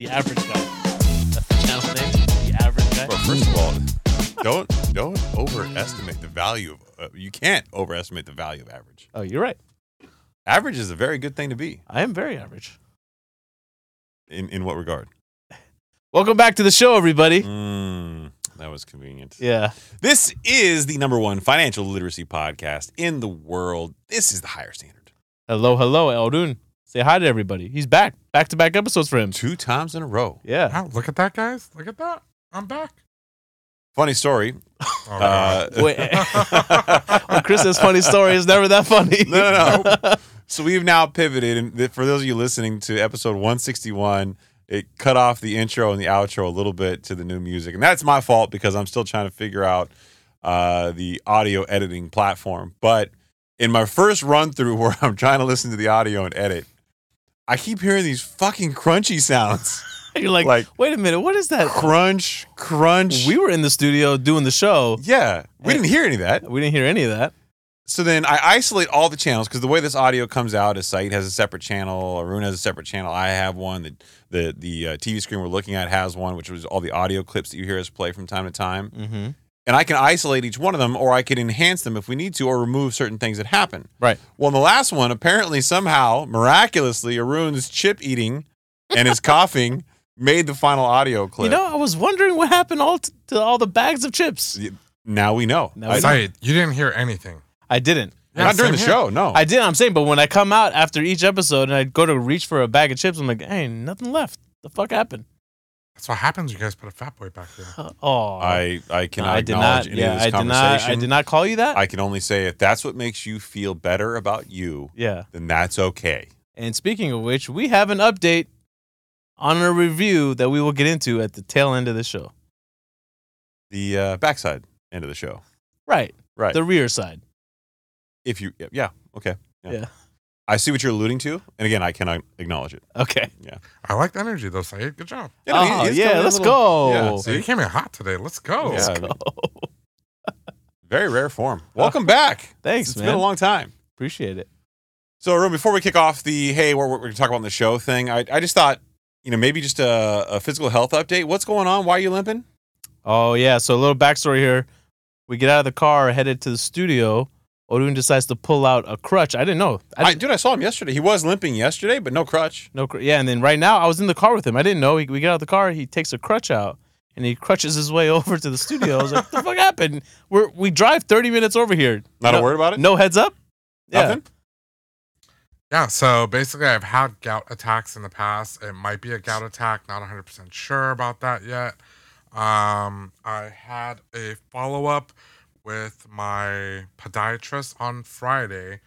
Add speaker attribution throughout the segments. Speaker 1: The average guy. That's the channel name. The average guy.
Speaker 2: Well, first of all, don't don't overestimate the value of. Uh, you can't overestimate the value of average.
Speaker 1: Oh, you're right.
Speaker 2: Average is a very good thing to be.
Speaker 1: I am very average.
Speaker 2: In in what regard?
Speaker 1: Welcome back to the show, everybody.
Speaker 2: Mm, that was convenient.
Speaker 1: Yeah.
Speaker 2: This is the number one financial literacy podcast in the world. This is the higher standard.
Speaker 1: Hello, hello, Eldun. Say hi to everybody. He's back. Back to back episodes for him.
Speaker 2: Two times in a row.
Speaker 1: Yeah.
Speaker 3: Wow, look at that, guys. Look at that. I'm back.
Speaker 2: Funny story.
Speaker 3: Oh,
Speaker 2: Uh,
Speaker 1: Wait. when Chris has funny stories, never that funny.
Speaker 2: No, no, no. So we've now pivoted, and th- for those of you listening to episode 161, it cut off the intro and the outro a little bit to the new music, and that's my fault because I'm still trying to figure out uh, the audio editing platform. But in my first run through, where I'm trying to listen to the audio and edit, I keep hearing these fucking crunchy sounds,
Speaker 1: You're like,
Speaker 2: like
Speaker 1: wait a minute, what is that?
Speaker 2: crunch, crunch.
Speaker 1: We were in the studio doing the show.
Speaker 2: yeah, we didn't hear any of that.
Speaker 1: We didn't hear any of that.
Speaker 2: So then I isolate all the channels because the way this audio comes out is Site has a separate channel, Arun has a separate channel, I have one, the the the uh, TV screen we're looking at has one, which was all the audio clips that you hear us play from time to time,
Speaker 1: Mm-hmm.
Speaker 2: and I can isolate each one of them, or I can enhance them if we need to, or remove certain things that happen.
Speaker 1: Right.
Speaker 2: Well, in the last one, apparently somehow miraculously, Arun's chip eating and his coughing made the final audio clip.
Speaker 1: You know, I was wondering what happened all t- to all the bags of chips.
Speaker 2: now we know.
Speaker 1: Now
Speaker 2: I-
Speaker 1: we know.
Speaker 3: Saeed, you didn't hear anything.
Speaker 1: I didn't.
Speaker 2: not during the
Speaker 3: same here.
Speaker 2: show, no.
Speaker 1: I did. I'm saying, but when I come out after each episode and I go to reach for a bag of chips, I'm like, hey, nothing left. The fuck happened?
Speaker 3: That's what happens. You guys put a fat boy back there.
Speaker 1: Oh,
Speaker 2: I, I cannot
Speaker 1: I did
Speaker 2: acknowledge
Speaker 1: not.
Speaker 2: any
Speaker 1: Yeah,
Speaker 2: of this
Speaker 1: I did not.
Speaker 2: conversation.
Speaker 1: I did not call you that.
Speaker 2: I can only say if that's what makes you feel better about you,
Speaker 1: yeah.
Speaker 2: then that's okay.
Speaker 1: And speaking of which, we have an update on a review that we will get into at the tail end of the show.
Speaker 2: The uh, backside end of the show,
Speaker 1: Right.
Speaker 2: right?
Speaker 1: The rear side.
Speaker 2: if you, yeah, yeah, okay, yeah.
Speaker 1: Yeah.
Speaker 2: I see what you're alluding to, and again, I cannot acknowledge it.
Speaker 1: Okay.
Speaker 3: I like the energy, though, Saeed. Good job.
Speaker 1: oh,
Speaker 2: he- he's
Speaker 1: yeah.
Speaker 2: coming in a
Speaker 1: Let's
Speaker 2: little-
Speaker 1: go.
Speaker 2: Yeah,
Speaker 3: So you came in hot today. Let's
Speaker 2: Yeah.
Speaker 3: go.
Speaker 1: Let's go.
Speaker 2: Very rare form. Welcome back.
Speaker 1: Thanks,
Speaker 2: It's
Speaker 1: man.
Speaker 2: been a long time.
Speaker 1: Appreciate it.
Speaker 2: So, Arun, before we kick off the hey, what we're, going to talk about in the show thing, I, I just thought, you know, maybe just a, a physical health update. What's going on? Why are you limping?
Speaker 1: Oh yeah. So a little backstory here. We get out of the car, headed to the studio. Odun decides to pull out a crutch. I didn't know. I
Speaker 2: I,
Speaker 1: didn't,
Speaker 2: dude, I saw him yesterday. He was limping yesterday, but no crutch.
Speaker 1: no. cr- Yeah. And then right now, I was in the car with him. I didn't know. We, we get out of the car. He takes a crutch out and he crutches his way over to the studio. I was like, "The fuck happened? We're we drive thirty minutes over here.
Speaker 2: Not
Speaker 1: no,
Speaker 2: a word about it.
Speaker 1: No heads up.
Speaker 2: nothing.
Speaker 3: Yeah, so basically, I've had gout attacks in the past. It might be a gout attack. Not 100% sure about that yet. Um, I had a follow up with my podiatrist on Friday,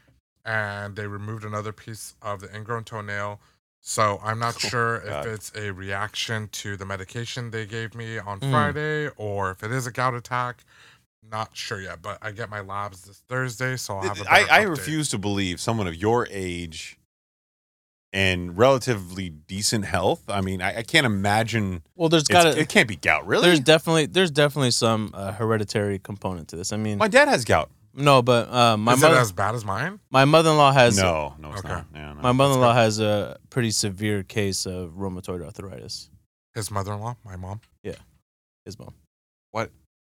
Speaker 3: and they removed another piece of the ingrown toenail. So I'm not
Speaker 2: Oh,
Speaker 3: sure if
Speaker 2: God.
Speaker 3: it's a reaction to the medication they gave me on
Speaker 1: Mm.
Speaker 3: Friday or if it is a gout attack. Not sure yet, but I get my labs this Thursday, so I'll have a
Speaker 2: I,
Speaker 3: better
Speaker 2: I
Speaker 3: update.
Speaker 2: refuse to believe someone of your age and relatively decent health. I mean, I, I can't imagine.
Speaker 1: Well, there's
Speaker 2: it's-
Speaker 1: got to.
Speaker 2: it can't be gout, really.
Speaker 1: There's definitely there's definitely some uh, hereditary component to this. I mean,
Speaker 2: My dad has gout.
Speaker 1: no, but uh, my
Speaker 3: is
Speaker 1: mother
Speaker 3: it as bad as mine?
Speaker 1: my mother-in-law has
Speaker 2: no, no, it's
Speaker 3: Okay.
Speaker 2: not. Yeah, no.
Speaker 1: my mother-in-law has a pretty severe case of rheumatoid arthritis.
Speaker 3: His mother-in-law, my mom.
Speaker 1: His mom.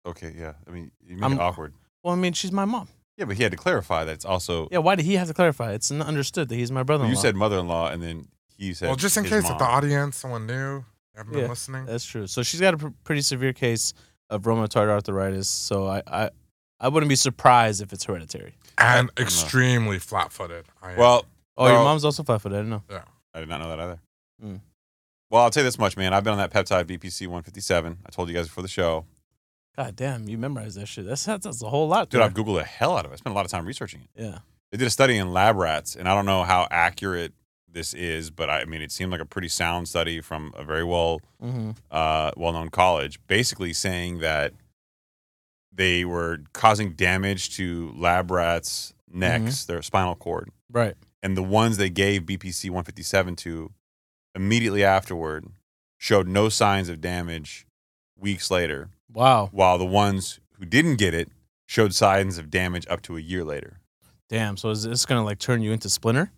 Speaker 2: okay, yeah. I mean, you make
Speaker 1: I'm-
Speaker 2: it awkward.
Speaker 1: Well, I mean, she's my mom.
Speaker 2: Yeah, but he had to clarify that it's also.
Speaker 1: Yeah. Why did he have to clarify? It's not understood that he's my brother-in-law.
Speaker 2: you said mother-in-law, and then he said.
Speaker 3: Well, just in
Speaker 2: his
Speaker 3: case if the
Speaker 2: mom.
Speaker 3: audience, someone new, haven't
Speaker 1: Yeah.
Speaker 3: been
Speaker 2: Mm-hmm.
Speaker 3: listening.
Speaker 1: that's true. So she's got a pr- pretty severe case of rheumatoid arthritis. So I I, I wouldn't be surprised if it's hereditary.
Speaker 3: And
Speaker 2: No.
Speaker 3: extremely flat-footed. I am.
Speaker 2: Well,
Speaker 1: Oh, your
Speaker 2: Well-
Speaker 1: mom's also five foot. I didn't know.
Speaker 2: I did not know that either.
Speaker 1: Mm.
Speaker 2: Well, I'll tell you this much, man. I've been on that peptide BPC 157. I told you guys before the show,
Speaker 1: God damn, you memorized that shit. That's that's a whole lot.
Speaker 2: dude.
Speaker 1: there.
Speaker 2: I've googled the hell out of it. I spent a lot of time researching it.
Speaker 1: yeah.
Speaker 2: they did a study in lab rats, and I don't know how accurate this is, but I, I mean, it seemed like a pretty sound study from a very well
Speaker 1: Mm-hmm.
Speaker 2: uh, well known college, basically saying that they were causing damage to lab rats' necks, their spinal cord,
Speaker 1: Right.
Speaker 2: and the ones they gave BPC 157 to immediately afterward showed no signs of damage weeks later,
Speaker 1: Wow.
Speaker 2: while the ones who didn't get it showed signs of damage up to a year later.
Speaker 1: Damn. So is this gonna like turn you into Splinter?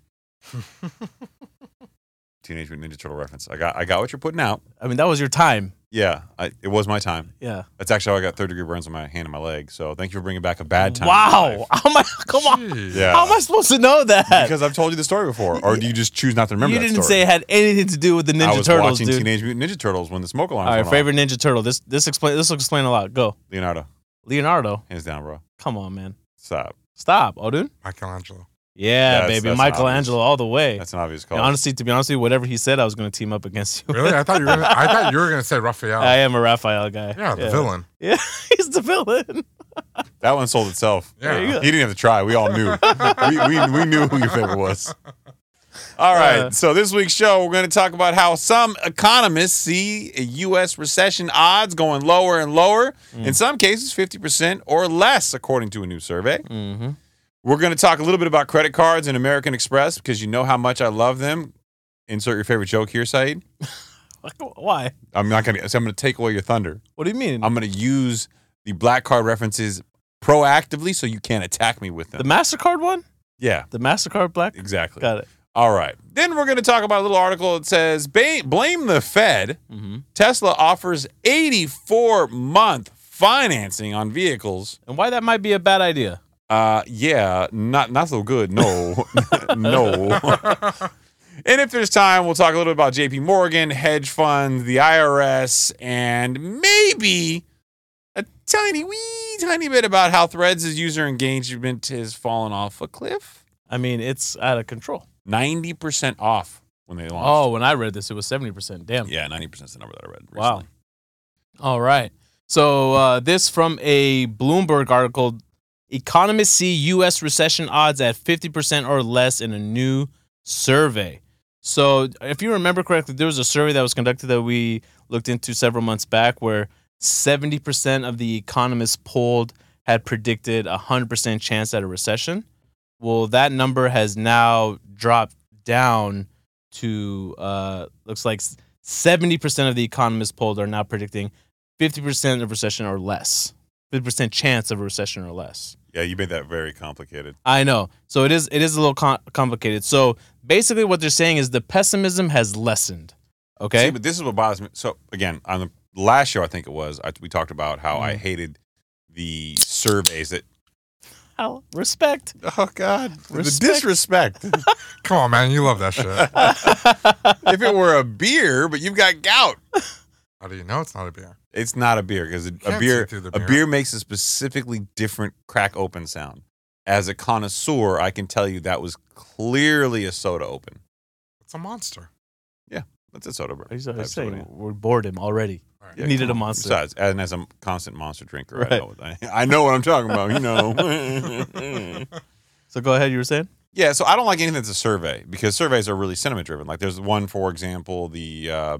Speaker 2: Teenage Mutant Ninja Turtle reference. I got I got what you're putting out.
Speaker 1: I mean, that was your time.
Speaker 2: Yeah, I, it was my time.
Speaker 1: Yeah.
Speaker 2: That's actually how I got third degree burns on my hand and my leg. So thank you for bringing back a bad time. in my
Speaker 1: Wow.
Speaker 2: life.
Speaker 1: How am I, come on.
Speaker 3: Jeez.
Speaker 2: Yeah.
Speaker 1: How am I supposed to know that?
Speaker 2: Because I've told you the story before, or do you just choose not to remember?
Speaker 1: you
Speaker 2: that
Speaker 1: didn't
Speaker 2: story?
Speaker 1: say it had anything to do with the Ninja
Speaker 2: I was
Speaker 1: Turtles,
Speaker 2: watching
Speaker 1: dude.
Speaker 2: Teenage Mutant Ninja Turtles when the smoke alarm
Speaker 1: All right,
Speaker 2: went off.
Speaker 1: favorite Ninja Turtle. This this explain this will explain a lot. Go,
Speaker 2: Leonardo,
Speaker 1: Leonardo.
Speaker 2: hands down, bro.
Speaker 1: Come on, man.
Speaker 2: Stop.
Speaker 1: Stop, Odin.
Speaker 3: Michelangelo.
Speaker 1: Yeah,
Speaker 2: That's-
Speaker 1: baby,
Speaker 2: that's
Speaker 1: Michelangelo all the way.
Speaker 2: That's an obvious
Speaker 1: And
Speaker 2: call.
Speaker 1: honestly, to be honest with you, whatever he said, I was going to team up against you.
Speaker 3: Really? I thought you were. Gonna, I thought you were gonna say Raphael.
Speaker 1: I am a Raphael guy.
Speaker 3: Oh. yeah, the villain.
Speaker 1: Yeah, he's the villain.
Speaker 2: that one sold itself.
Speaker 1: There you
Speaker 3: Yeah.
Speaker 1: go.
Speaker 2: He didn't have to try. We all knew. we, we, we knew who your favorite was. All right.
Speaker 1: Uh.
Speaker 2: so this week's show, we're going to talk about how some economists see a U.S. recession odds going lower and lower.
Speaker 1: Mm.
Speaker 2: In some cases, 50% or less, according to a new survey.
Speaker 1: Mm-hmm.
Speaker 2: We're going to talk a little bit about credit cards and American Express because you know how much I love them. Insert your favorite joke here, Saeed.
Speaker 1: Why?
Speaker 2: I'm not going to. I'm going to take away your thunder.
Speaker 1: What do you mean?
Speaker 2: I'm going to use the black card references proactively so you can't attack me with
Speaker 1: the
Speaker 2: them.
Speaker 1: Mastercard one?
Speaker 2: yeah,
Speaker 1: The Mastercard Black?
Speaker 2: exactly.
Speaker 1: Got it.
Speaker 2: All right. Then we're going to talk about a little article that says "Ba- blame the Fed.
Speaker 1: Mm-hmm.
Speaker 2: Tesla offers 84 month financing on vehicles.
Speaker 1: And why that might be a bad idea?
Speaker 2: Uh, yeah, not not so good. No, no. and if there's time, we'll talk a little bit about J.P. Morgan, hedge funds, the IRS, and maybe a tiny wee tiny bit about how Threads' user engagement has fallen off a cliff.
Speaker 1: I mean, it's out of control.
Speaker 2: 90% off when they launched.
Speaker 1: Oh, when I read this, it was seventy percent. Damn.
Speaker 2: Yeah, ninety percent is the number that I read. Recently.
Speaker 1: Oh. Wow. All right. So uh, this from a Bloomberg article: Economists see U.S. recession odds at fifty percent or less in a new survey. So, if you remember correctly, there was a survey that was conducted that we looked into several months back, where seventy percent of the economists polled had predicted a hundred percent chance at a recession. Well, that number has now dropped down to uh, looks like seventy percent of the economists polled are now predicting fifty percent of recession or less, fifty percent chance of a recession or less.
Speaker 2: Yeah, you made that very complicated.
Speaker 1: I know. So it is it is a little com- complicated. So basically, what they're saying is the pessimism has lessened.
Speaker 2: See,
Speaker 1: Okay.
Speaker 2: but this is what bothers me. So again, on the last show, I think it was, I, we talked about how I
Speaker 1: Mhm.
Speaker 2: hated the surveys that.
Speaker 1: Ow. Respect.
Speaker 2: Oh God,
Speaker 1: Respect.
Speaker 2: disrespect!
Speaker 3: Come on, man. You love that shit. How
Speaker 2: if it were a beer, but you've got gout.
Speaker 3: do you know it's not a beer?
Speaker 2: It's not a beer because a
Speaker 3: can't
Speaker 2: beer,
Speaker 3: see through the
Speaker 2: a
Speaker 3: beer.
Speaker 2: beer makes a specifically different crack open sound. As a connoisseur, I can tell you that was clearly a soda open.
Speaker 3: It's a monster.
Speaker 2: That's a soda. bro.
Speaker 1: He's
Speaker 2: Type soda, yeah.
Speaker 1: saying we're bored him already.
Speaker 3: All right.
Speaker 1: Yeah. Needed
Speaker 2: come
Speaker 1: a
Speaker 2: on.
Speaker 1: monster.
Speaker 2: Besides, and as a constant monster drinker, I
Speaker 1: Right.
Speaker 2: know what I, I know what I'm talking about. You know.
Speaker 1: So go ahead. You were saying.
Speaker 2: yeah, so I don't like anything that's a survey because surveys are really sentiment driven. Like there's one, for example, the uh,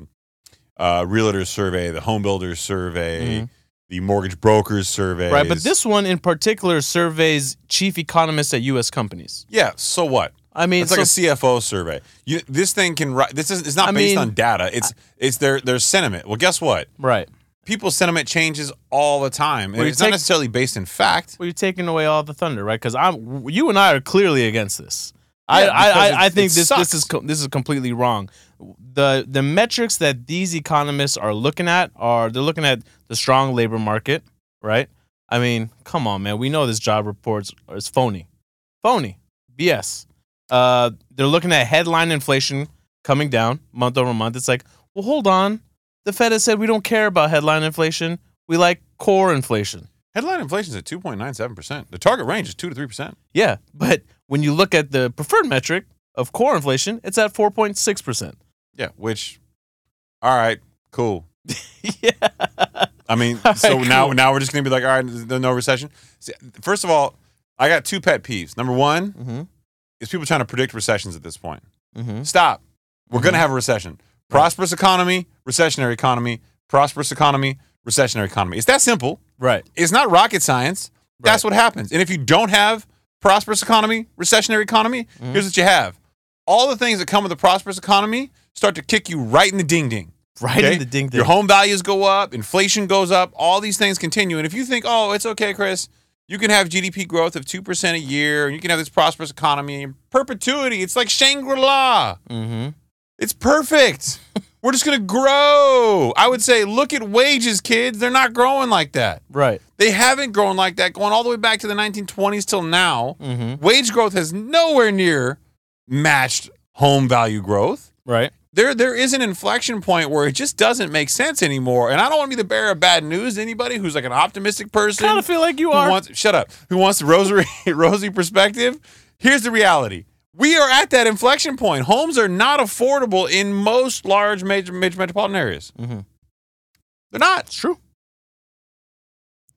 Speaker 2: uh, realtors survey, the home builders survey,
Speaker 1: Mhm.
Speaker 2: the mortgage brokers survey.
Speaker 1: Right, but this one in particular surveys chief economists at U.S. companies.
Speaker 2: yeah. So what?
Speaker 1: I mean,
Speaker 2: It's like
Speaker 1: so-
Speaker 2: a CFO survey. You, this thing can. ri- This is. It's not
Speaker 1: I
Speaker 2: based
Speaker 1: mean,
Speaker 2: on data. It's. it's their their sentiment. Well, guess what?
Speaker 1: right.
Speaker 2: People's sentiment changes all the time, and
Speaker 1: Well, you
Speaker 2: it's not
Speaker 1: take-
Speaker 2: necessarily based in fact.
Speaker 1: Well, you're taking away all the thunder, right? Because I'm you and I are clearly against this. I,
Speaker 2: Yeah,
Speaker 1: I,
Speaker 2: because
Speaker 1: I, I
Speaker 2: it-
Speaker 1: think
Speaker 2: it
Speaker 1: this
Speaker 2: sucks.
Speaker 1: this is co- this is completely wrong. The the metrics that these economists are looking at are they're looking at the strong labor market, right? I mean, come on, man. We know this job reports is phony, phony, BS. Uh, they're looking at headline inflation coming down month over month. It's like, well, hold on. The Fed has said we don't care about headline inflation. We like core inflation.
Speaker 2: Headline inflation is at 2.97%. The target range is 2 to 3%.
Speaker 1: Yeah, but when you look at the preferred metric of core inflation, it's at 4.6%.
Speaker 2: Yeah, which all right, cool.
Speaker 1: yeah.
Speaker 2: I mean,
Speaker 1: All right,
Speaker 2: so now
Speaker 1: cool.
Speaker 2: now we're just going to be like, all right, there's no recession. See, first of all, I got two pet peeves. Number 1
Speaker 1: Mm-hmm.
Speaker 2: is people trying to predict recessions at this point.
Speaker 1: Mm-hmm.
Speaker 2: Stop. We're going to have a recession. Prosperous economy, recessionary economy, prosperous economy, recessionary economy. It's that simple.
Speaker 1: Right.
Speaker 2: It's not rocket science. That's what happens. And if you don't have prosperous economy, recessionary economy,
Speaker 1: Mhm.
Speaker 2: here's what you have. All the things that come with a prosperous economy start to kick you right in the ding ding.
Speaker 1: Right
Speaker 2: Okay?
Speaker 1: in the ding ding.
Speaker 2: Your home values go up, inflation goes up, all these things continue. And if you think, oh, it's okay, Chris, you can have GDP growth of 2% a year, and you can have this prosperous economy in perpetuity. It's like Shangri La.
Speaker 1: mm-hmm.
Speaker 2: It's perfect. We're just going to grow. I would say, look at wages, kids. They're not growing like that.
Speaker 1: Right.
Speaker 2: They haven't grown like that going all the way back to the 1920s till now.
Speaker 1: Mm-hmm.
Speaker 2: Wage growth has nowhere near matched home value growth.
Speaker 1: Right.
Speaker 2: There, there is an inflection point where it just doesn't make sense anymore. And I don't want to be the bearer of bad news to anybody who's like an optimistic person
Speaker 1: Kind of feel like you
Speaker 2: who
Speaker 1: are.
Speaker 2: wants shut up who wants the rosary rosy perspective here's the reality we are at that inflection point homes are not affordable in most large major, major metropolitan areas
Speaker 1: Mhm.
Speaker 2: they're not
Speaker 1: It's true.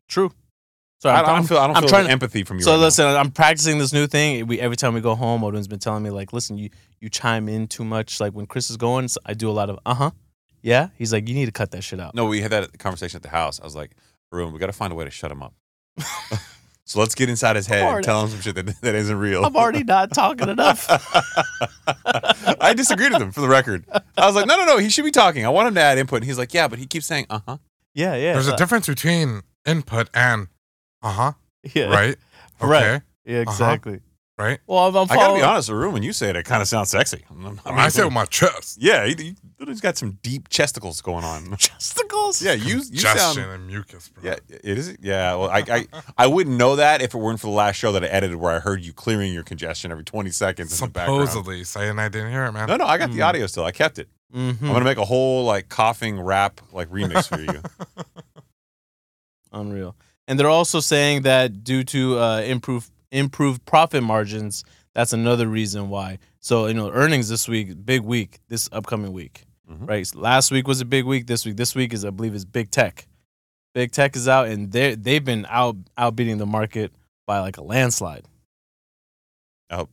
Speaker 1: True. So
Speaker 2: I, I don't feel i don't
Speaker 1: I'm
Speaker 2: feel
Speaker 1: trying
Speaker 2: the
Speaker 1: to-
Speaker 2: empathy from you
Speaker 1: So
Speaker 2: right now.
Speaker 1: listen, I'm practicing this new thing. We every time we go home, Odin's been telling me like, listen, you you chime in too much. Like when Chris is going, so I do a lot of uh huh, yeah. He's like, you need to cut that shit out.
Speaker 2: no we had that conversation at the house i was like Room, we got to find a way to shut him up so let's get inside his head and
Speaker 1: already-
Speaker 2: tell him some shit that, that isn't real
Speaker 1: I'm already not talking enough.
Speaker 2: I disagreed with him for the record. I was like, no, no, no. He should be talking. I want him to add input. And he's like, yeah, but he keeps saying, uh huh.
Speaker 1: Yeah, yeah.
Speaker 3: There's a
Speaker 1: uh,
Speaker 3: difference between input and uh huh,
Speaker 1: yeah,
Speaker 3: right? Uh-huh.
Speaker 1: Right.
Speaker 3: Okay.
Speaker 1: Yeah, exactly.
Speaker 3: Right.
Speaker 1: Well, I'm, I'm
Speaker 2: I gotta
Speaker 1: following.
Speaker 2: be honest, Arun, when you say it, it kind of sounds sexy. I'm- I'm-
Speaker 3: I, say with my chest.
Speaker 2: yeah, he, has got some deep chesticles going on.
Speaker 1: Chesticles.
Speaker 2: Yeah, you you
Speaker 3: Congestion
Speaker 2: sound.
Speaker 3: and mucus, bro.
Speaker 2: Yeah, it is. Yeah, well, I, I I wouldn't know that if it weren't for the last show that I edited, where I heard you clearing your congestion every 20 seconds in the background.
Speaker 3: Supposedly saying I didn't hear it, man.
Speaker 2: No, no, I got the
Speaker 1: Mm.
Speaker 2: audio still. I kept it.
Speaker 1: Mm-hmm.
Speaker 2: I'm gonna make a whole like coughing rap like remix for you.
Speaker 1: Unreal. And they're also saying that due to uh, improved improved profit margins, that's another reason why. So you know, earnings this week, big week, this upcoming week,
Speaker 2: Mhm.
Speaker 1: right? So last week was a big week. This week, this week is I believe is big tech. Big tech is out, and they they've been out outbeating the market by like a landslide.
Speaker 2: Out-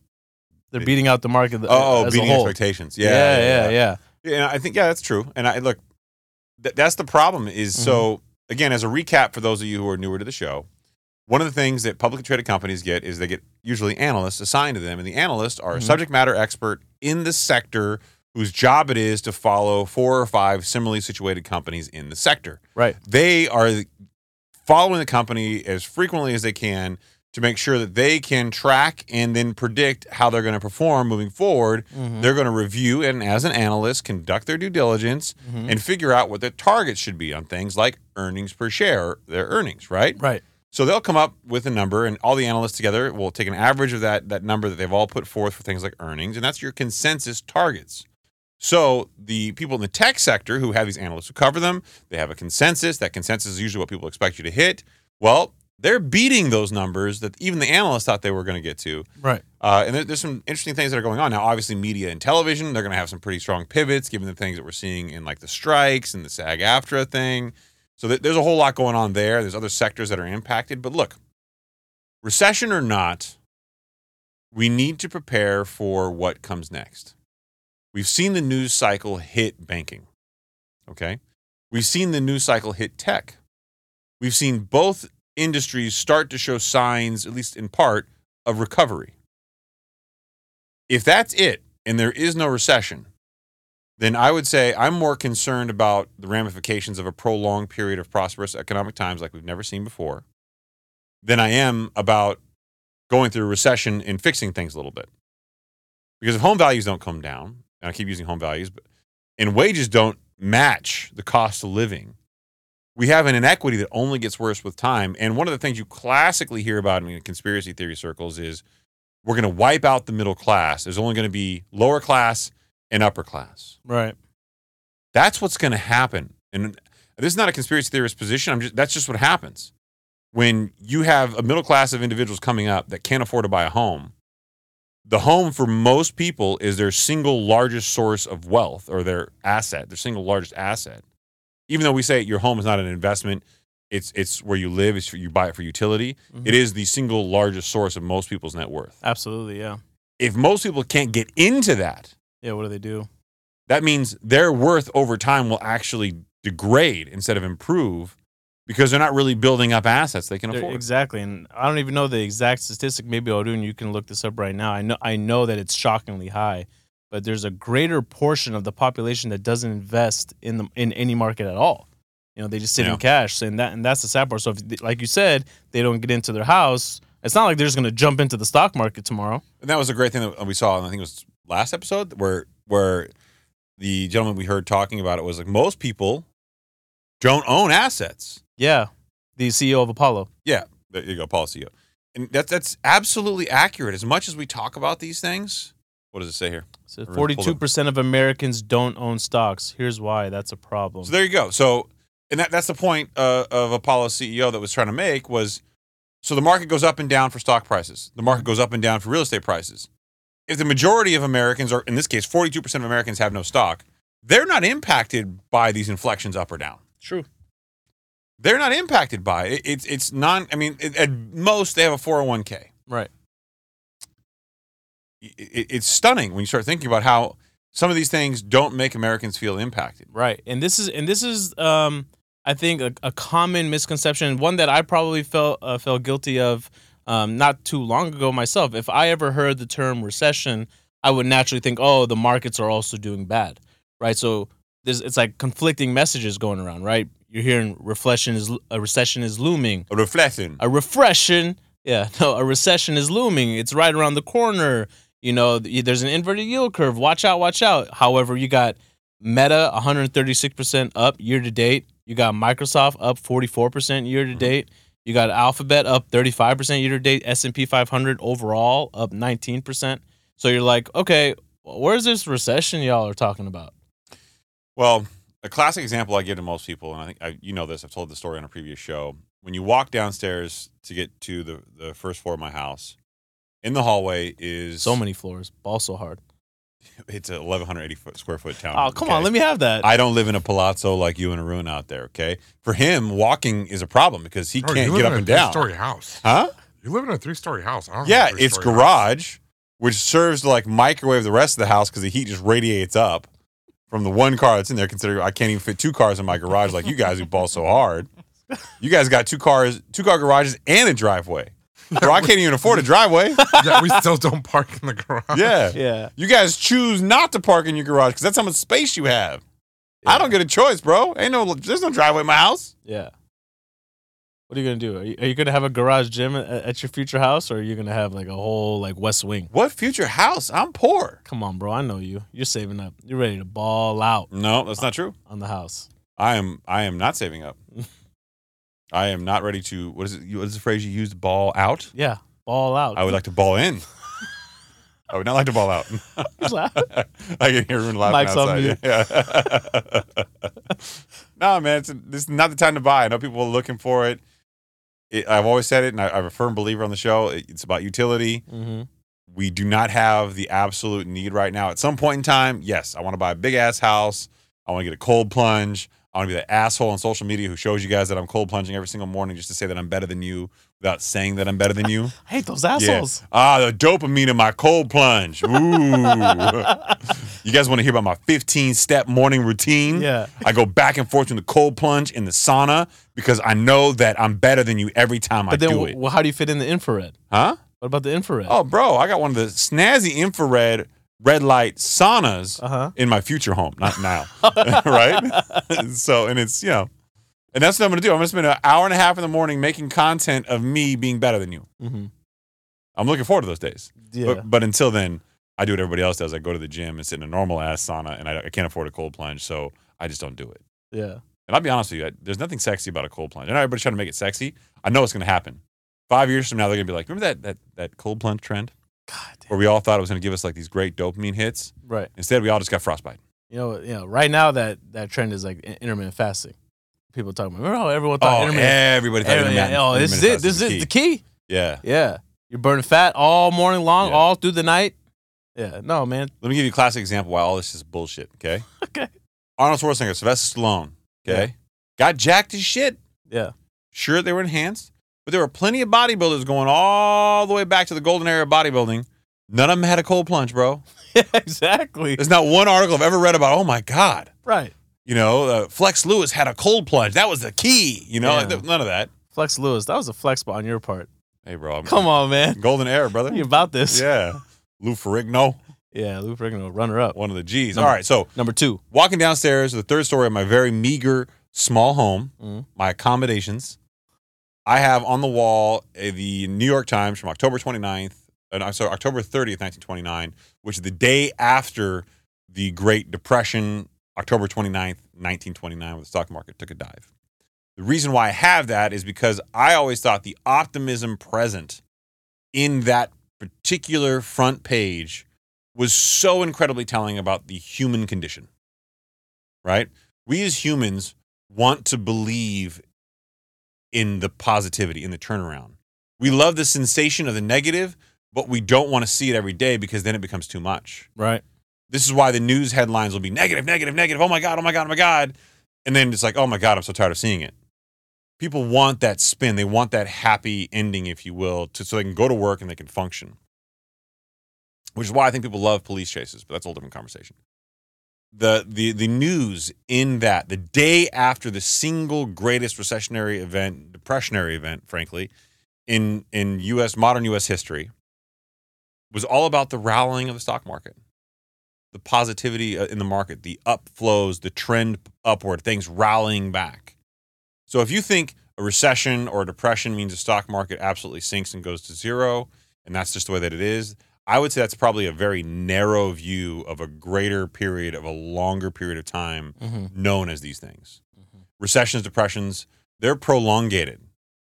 Speaker 1: They're beating out the market. uh,
Speaker 2: oh, oh,
Speaker 1: as
Speaker 2: beating
Speaker 1: a whole.
Speaker 2: expectations.
Speaker 1: Yeah,
Speaker 2: Yeah,
Speaker 1: yeah, yeah.
Speaker 2: Yeah, and I think yeah, that's true. And I look, th- that's the problem. Is so
Speaker 1: Mm-hmm.
Speaker 2: again, as a recap for those of you who are newer to the show, one of the things that publicly traded companies get is they get usually analysts assigned to them, and the analysts are
Speaker 1: Mhm.
Speaker 2: a subject matter expert in the sector whose job it is to follow four or five similarly situated companies in the sector.
Speaker 1: Right.
Speaker 2: They are following the company as frequently as they can to make sure that they can track and then predict how they're going to perform moving forward
Speaker 1: Mhm,
Speaker 2: they're going to review and, as an analyst, conduct their due diligence
Speaker 1: mhm.
Speaker 2: and figure out what their targets should be on things like earnings per share, their earnings, right?
Speaker 1: Right.
Speaker 2: So they'll come up with a number, and all the analysts together will take an average of that that number that they've all put forth for things like earnings, and that's your consensus targets. So the people in the tech sector who have these analysts who cover them, they have a consensus. That consensus is usually what people expect you to hit. Well, they're beating those numbers that even the analysts thought they were going to get to.
Speaker 1: Right.
Speaker 2: Uh, and there, there's some interesting things that are going on now. Obviously, media and television, they're going to have some pretty strong pivots given the things that we're seeing in like the strikes and the SAG AFTRA thing. So th- there's a whole lot going on there. There's other sectors that are impacted. But look, recession or not, we need to prepare for what comes next. We've seen the news cycle hit banking. Okay. We've seen the news cycle hit tech. We've seen both industries start to show signs, at least in part, of recovery. If that's it and there is no recession, then I would say I'm more concerned about the ramifications of a prolonged period of prosperous economic times like we've never seen before than I am about going through a recession and fixing things a little bit. Because if home values don't come down, and I keep using home values, but and wages don't match the cost of living, we have an inequity that only gets worse with time. And one of the things you classically hear about in conspiracy theory circles is we're going to wipe out the middle class. There's only going to be lower class and upper class.
Speaker 1: Right.
Speaker 2: That's what's going to happen. And this is not a conspiracy theorist position. I'm just that's just what happens when you have a middle class of individuals coming up that can't afford to buy a home. The home for most people is their single largest source of wealth or their asset, their single largest asset. Even though we say your home is not an investment, it's it's where you live, it's you buy it for utility.
Speaker 1: Mhm.
Speaker 2: It is the single largest source of most people's net worth.
Speaker 1: Absolutely. Yeah.
Speaker 2: If most people can't get into that,
Speaker 1: Yeah. What do they do?
Speaker 2: that means their worth over time will actually degrade instead of improve because they're not really building up assets they can
Speaker 1: They're-
Speaker 2: afford.
Speaker 1: Exactly, and I don't even know the exact statistic. Maybe Odun, you can look this up right now. I know I know that it's shockingly high, but there's a greater portion of the population that doesn't invest in the in any market at all. You know, they just sit
Speaker 2: Yeah.
Speaker 1: in cash, and that and that's the sad part. So, if, like you said, they don't get into their house. It's not like they're just going to jump into the stock market tomorrow.
Speaker 2: and that was a great thing that we saw, and I think it was last episode where where the gentleman we heard talking about it was like most people don't own assets.
Speaker 1: Yeah, the CEO of Apollo.
Speaker 2: There you go, Paul CEO. And that's that's absolutely accurate. As much as we talk about these things, what does it say here?
Speaker 1: So
Speaker 2: I really pulled up-
Speaker 1: 42% of Americans don't own stocks. Here's why that's a problem.
Speaker 2: So there you go. So, and that, that's the point uh, of Apollo CEO that was trying to make was, so the market goes up and down for stock prices. The market goes up and down for real estate prices. If the majority of Americans, or in this case, 42% of Americans have no stock, they're not impacted by these inflections up or down.
Speaker 1: True.
Speaker 2: They're not impacted by it. It- It's, it's non, I mean, it, at most, they have a 401k.
Speaker 1: Right.
Speaker 2: It, it- it's stunning when you start thinking about how some of these things don't make Americans feel impacted.
Speaker 1: Right. And this is and this is um I think a, a common misconception, one that I probably felt uh, felt guilty of um, not too long ago myself. If I ever heard the term recession, I would naturally think, "Oh, the markets are also doing bad." Right? So there's it's like conflicting messages going around, right? You're hearing reflection is a recession is looming.
Speaker 2: A reflection.
Speaker 1: a refreshin yeah no a recession is looming it's right around the corner you know th- there's an inverted yield curve watch out watch out however you got meta 136% up year to date you got microsoft up 44% year to date you got alphabet up 35% year to date s&p 500 overall up 19% so you're like okay where's this recession y'all are talking about
Speaker 2: Well, a classic example I give to most people, and I think I, you know this, I've told the story on a previous show. When you walk downstairs to get to the, the first floor of my house, in the hallway is
Speaker 1: so many floors ball so hard
Speaker 2: It's a 1,180 foot, square foot town.
Speaker 1: oh come on let me have that
Speaker 2: I don't live in a palazzo like you in a ruin out there. Okay, for him, walking is a problem because he
Speaker 3: Oh,
Speaker 2: can't
Speaker 3: live
Speaker 2: get
Speaker 3: in
Speaker 2: up
Speaker 3: a
Speaker 2: and down.
Speaker 3: Three-story house.
Speaker 2: Huh?
Speaker 3: You live in a three-story house. I don't
Speaker 2: Yeah,
Speaker 3: have a
Speaker 2: it's
Speaker 3: three-story house.
Speaker 2: garage, which serves to like microwave the rest of the house because the heat just radiates up from the one car that's in there. Considering I can't even fit two cars in my garage like you guys who ball so hard. You guys got two cars, two car garages, and a driveway. Bro, I can't even afford a driveway.
Speaker 3: yeah, we still don't park in the garage.
Speaker 2: Yeah.
Speaker 1: yeah
Speaker 2: You guys choose not to park in your garage because that's how much space you have. I don't get a choice, bro. Ain't no, there's no driveway in my house.
Speaker 1: Yeah. What are you gonna do? Are you, are you gonna have a garage gym at, at your future house, or are you gonna have like a whole like West Wing?
Speaker 2: What future house? I'm poor.
Speaker 1: Come on, bro. I know you. You're saving up. You're ready to ball out
Speaker 2: No, that's not true.
Speaker 1: on the house.
Speaker 2: I am I am not saving up. I am not ready to what is it what is the phrase you used ball out?
Speaker 1: Yeah, ball out.
Speaker 2: I would like to ball in. I would not like to ball out. I can hear everyone laughing
Speaker 1: Mike's on
Speaker 2: outside.
Speaker 1: mute.
Speaker 2: Yeah. no, man, it's, this is not the time to buy. I know people are looking for it. it I've always said it, and I, I'm a firm believer on the show. It- it's about utility.
Speaker 1: hmm
Speaker 2: we do not have the absolute need right now. At some point in time, yes, I want to buy a big ass house. I want to get a cold plunge. I want to be that asshole on social media who shows you guys that I'm cold plunging every single morning just to say that I'm better than you without saying that I'm better than you.
Speaker 1: I hate those
Speaker 2: Yeah.
Speaker 1: assholes.
Speaker 2: Ah, the dopamine in my cold plunge. Ooh. you guys want to hear about my 15 step morning routine?
Speaker 1: Yeah.
Speaker 2: I go back and forth in the cold plunge in the sauna because I know that I'm better than you every time I
Speaker 1: But then,
Speaker 2: do
Speaker 1: wh-
Speaker 2: it.
Speaker 1: wh- how do you fit in the infrared?
Speaker 2: Huh?
Speaker 1: What about the infrared?
Speaker 2: Oh, bro, I got one of the snazzy infrared red light saunas
Speaker 1: uh huh.
Speaker 2: in my future home, not now, right? so, and it's you know, and that's what I'm gonna do. I'm gonna spend an hour and a half in the morning making content of me being better than you.
Speaker 1: hmm
Speaker 2: I'm looking forward to those days.
Speaker 1: Yeah.
Speaker 2: But, but until then, I do what everybody else does. I go to the gym and sit in a normal ass sauna, and I, I can't afford a cold plunge, so I just don't do it.
Speaker 1: yeah.
Speaker 2: And I'll be honest with you, I, there's nothing sexy about a cold plunge. I know everybody's trying to make it sexy. I know it's gonna happen. Five years from now, they're gonna be like, remember that that that cold plunge trend?
Speaker 1: God. Damn.
Speaker 2: where we all thought it was going to give us like these great dopamine hits.
Speaker 1: Right.
Speaker 2: Instead, we all just got frostbite.
Speaker 1: You know. You know. Right now, that that trend is like in- intermittent fasting. People talking about. Remember how everyone thought
Speaker 2: Oh,
Speaker 1: intermittent?
Speaker 2: everybody thought
Speaker 1: Everyone-
Speaker 2: intermittent-
Speaker 1: oh, this is it.
Speaker 2: intermittent
Speaker 1: This is
Speaker 2: fasting
Speaker 1: it. The
Speaker 2: was
Speaker 1: key.
Speaker 2: key. Yeah.
Speaker 1: Yeah. You're burning fat all morning long,
Speaker 2: Yeah.
Speaker 1: all through the night. Yeah. No, man.
Speaker 2: Let me give you a classic example why all this is bullshit. Okay.
Speaker 1: Okay.
Speaker 2: Arnold Schwarzenegger, Sylvester Stallone. Okay.
Speaker 1: Yeah.
Speaker 2: Got jacked as shit.
Speaker 1: Yeah.
Speaker 2: Sure, they were enhanced, but there were plenty of bodybuilders going all the way back to the golden era of bodybuilding. None of them had a cold plunge, bro.
Speaker 1: exactly.
Speaker 2: There's not one article I've ever read about. Oh my god.
Speaker 1: Right.
Speaker 2: You know, uh, Flex Lewis had a cold plunge. That was the key. You know,
Speaker 1: Yeah.
Speaker 2: Like, th- none of that.
Speaker 1: Flex Lewis. That was a flex ball on your part.
Speaker 2: Hey, bro. I'm
Speaker 1: Come on, man.
Speaker 2: Golden era, brother.
Speaker 1: You about this?
Speaker 2: Yeah. Lou Ferrigno,
Speaker 1: Yeah. Lou Ferrigno, runner up.
Speaker 2: one of the G's. All
Speaker 1: Number-
Speaker 2: right. So
Speaker 1: Number two.
Speaker 2: walking downstairs to the third story of my very meager small home,
Speaker 1: Mhm.
Speaker 2: my accommodations, I have on the wall uh, the New York Times uh, from October 29th, and I'm sorry, October 30th, 1929, which is the day after the Great Depression, October 29th, 1929, when the stock market took a dive. The reason why I have that is because I always thought the optimism present in that particular front page was so incredibly telling about the human condition. Right? We as humans want to believe in the positivity, in the turnaround. We love the sensation of the negative, but we don't want to see it every day because then it becomes too much.
Speaker 1: Right.
Speaker 2: This is why the news headlines will be negative, negative, negative. Oh my God, oh my God, oh my God. And then it's like, oh my God, I'm so tired of seeing it. People want that spin. They want that happy ending, if you will, to, so they can go to work and they can function. Which is why I think people love police chases, but that's a whole different conversation the the the news in that the day after the single greatest recessionary event, depressionary event, frankly, in in U.S. modern U.S. history, was all about the rallying of the stock market, the positivity uh, in the market, the upflows, the trend upward, things rallying back. So if you think a recession or a depression means the stock market absolutely sinks and goes to zero, and that's just the way that it is, I would say that's probably a very narrow view of a greater period of a longer period of time
Speaker 1: Mm-hmm.
Speaker 2: known as these things. Recessions, depressions, they're prolongated.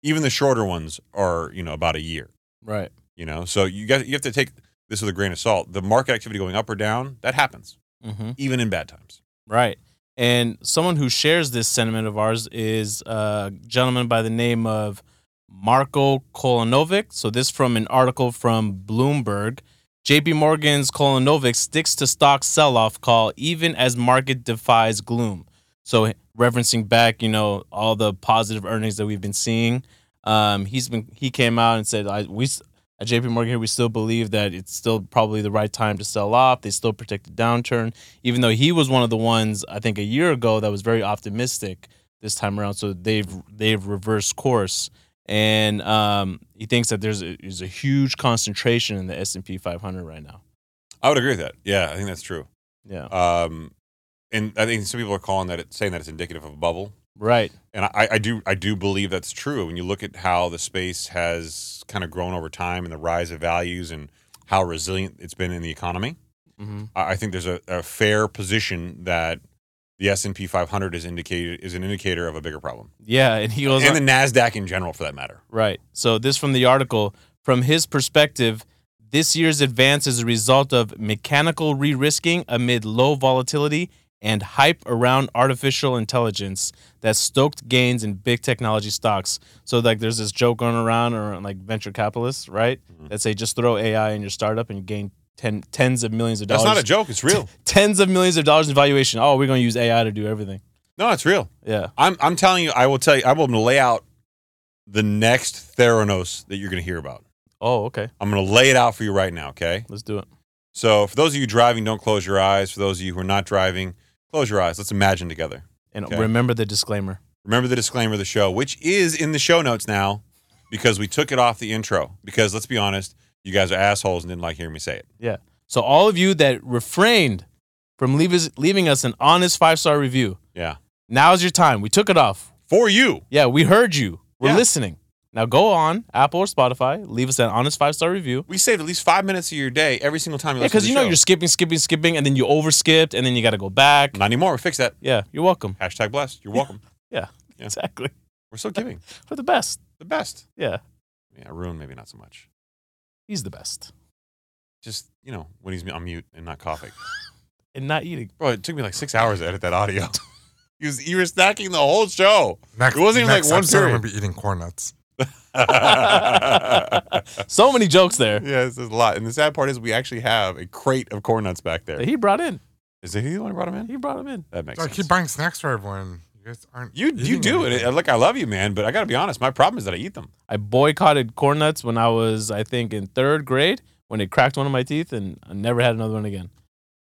Speaker 2: Even the shorter ones are, you know, about a year,
Speaker 1: Right.
Speaker 2: you know. So you got you have to take this with a grain of salt. The market activity going up or down, that happens
Speaker 1: Mm-hmm.
Speaker 2: even in bad times.
Speaker 1: Right. And someone who shares this sentiment of ours is a gentleman by the name of Marko Kolanovic. So this from an article from Bloomberg. JP Morgan's Kolanovic sticks to stock sell-off call even as market defies gloom. So referencing back, you know, all the positive earnings that we've been seeing, um, he's been he came out and said, I, "We s- at JP Morgan here, we still believe that it's still probably the right time to sell off. They still predict a downturn even though he was one of the ones I think a year ago that was very optimistic this time around. So they've they've reversed course, and um, he thinks that there's a, there's a huge concentration in the S and P 500 right now.
Speaker 2: I would agree with that. Yeah, I think that's true.
Speaker 1: Yeah,
Speaker 2: Um, and I think some people are calling that it, saying that it's indicative of a bubble.
Speaker 1: right.
Speaker 2: and I, I do I do believe that's true. When you look at how the space has kind of grown over time and the rise of values and how resilient it's been in the economy,
Speaker 1: Mm-hmm.
Speaker 2: I, I think there's a, a fair position that the S and P 500 is indicated is an indicator of a bigger problem,
Speaker 1: Yeah, and he goes on-
Speaker 2: and the Nasdaq in general, for that matter.
Speaker 1: Right. So this from the article. From his perspective, this year's advance is a result of mechanical re-risking amid low volatility and hype around artificial intelligence that stoked gains in big technology stocks. So like there's this joke going around or like venture capitalists, right?
Speaker 2: Mhm.
Speaker 1: That say just throw AI in your startup and you gain ten, tens of millions of
Speaker 2: That's
Speaker 1: dollars.
Speaker 2: not a joke. It's real.
Speaker 1: tens of millions of dollars in valuation. Oh, we're going to use AI to do everything.
Speaker 2: No, it's real.
Speaker 1: Yeah.
Speaker 2: I'm I'm telling you. I will tell you. I will lay out the next Theranos that you're going to hear about.
Speaker 1: Oh, okay.
Speaker 2: I'm going to lay it out for you right now. Okay.
Speaker 1: Let's do it.
Speaker 2: So, for those of you driving, don't close your eyes. For those of you who are not driving, close your eyes. Let's imagine together.
Speaker 1: And
Speaker 2: Okay.
Speaker 1: remember the disclaimer.
Speaker 2: Remember the disclaimer of the show, which is in the show notes now because we took it off the intro. Because let's be honest, you guys are assholes and didn't like hearing me say it.
Speaker 1: So all of you that refrained from leave us, leaving us an honest five star review,
Speaker 2: Yeah.
Speaker 1: now's your time. We took it off.
Speaker 2: For you.
Speaker 1: Yeah, we heard you. We're
Speaker 2: Yeah.
Speaker 1: listening. Now go on Apple or Spotify, leave us an honest five star review.
Speaker 2: We saved at least five minutes of your day every single time you
Speaker 1: Yeah,
Speaker 2: listen to
Speaker 1: because
Speaker 2: the
Speaker 1: you know
Speaker 2: show.
Speaker 1: you're skipping, skipping, skipping, and then you overskipped, and then you got to go back.
Speaker 2: Not anymore. We fixed that.
Speaker 1: Yeah, you're welcome.
Speaker 2: Hashtag blessed. You're welcome. Yeah.
Speaker 1: Exactly.
Speaker 2: We're so giving.
Speaker 1: For the best.
Speaker 2: The best.
Speaker 1: Yeah,
Speaker 2: Yeah, ruin maybe not so much.
Speaker 1: he's the best.
Speaker 2: Just, you know, when he's on mute and not coughing.
Speaker 1: And not eating.
Speaker 2: Bro, it took me like six hours to edit that audio. you, was, you were stacking the whole show.
Speaker 3: Next,
Speaker 2: It wasn't even like
Speaker 3: next
Speaker 2: one
Speaker 3: episode, I'm
Speaker 2: period.
Speaker 3: gonna be eating corn nuts.
Speaker 2: yeah,
Speaker 1: So many jokes there
Speaker 2: this is a lot. And the sad part is we actually have a crate of corn nuts back
Speaker 1: that
Speaker 2: there.
Speaker 1: he brought in.
Speaker 2: Is it he the one who brought them in?
Speaker 1: He brought them in.
Speaker 2: That makes
Speaker 3: So I
Speaker 2: sense.
Speaker 3: keep buying snacks for everyone. You guys aren't.
Speaker 2: you you
Speaker 3: eating
Speaker 2: do it.
Speaker 3: anything.
Speaker 2: Look, I love you, man, but I gotta be honest. My problem is that I eat them.
Speaker 1: I boycotted corn nuts when I was, I think, in third grade when it cracked one of my teeth, and I never had another one again.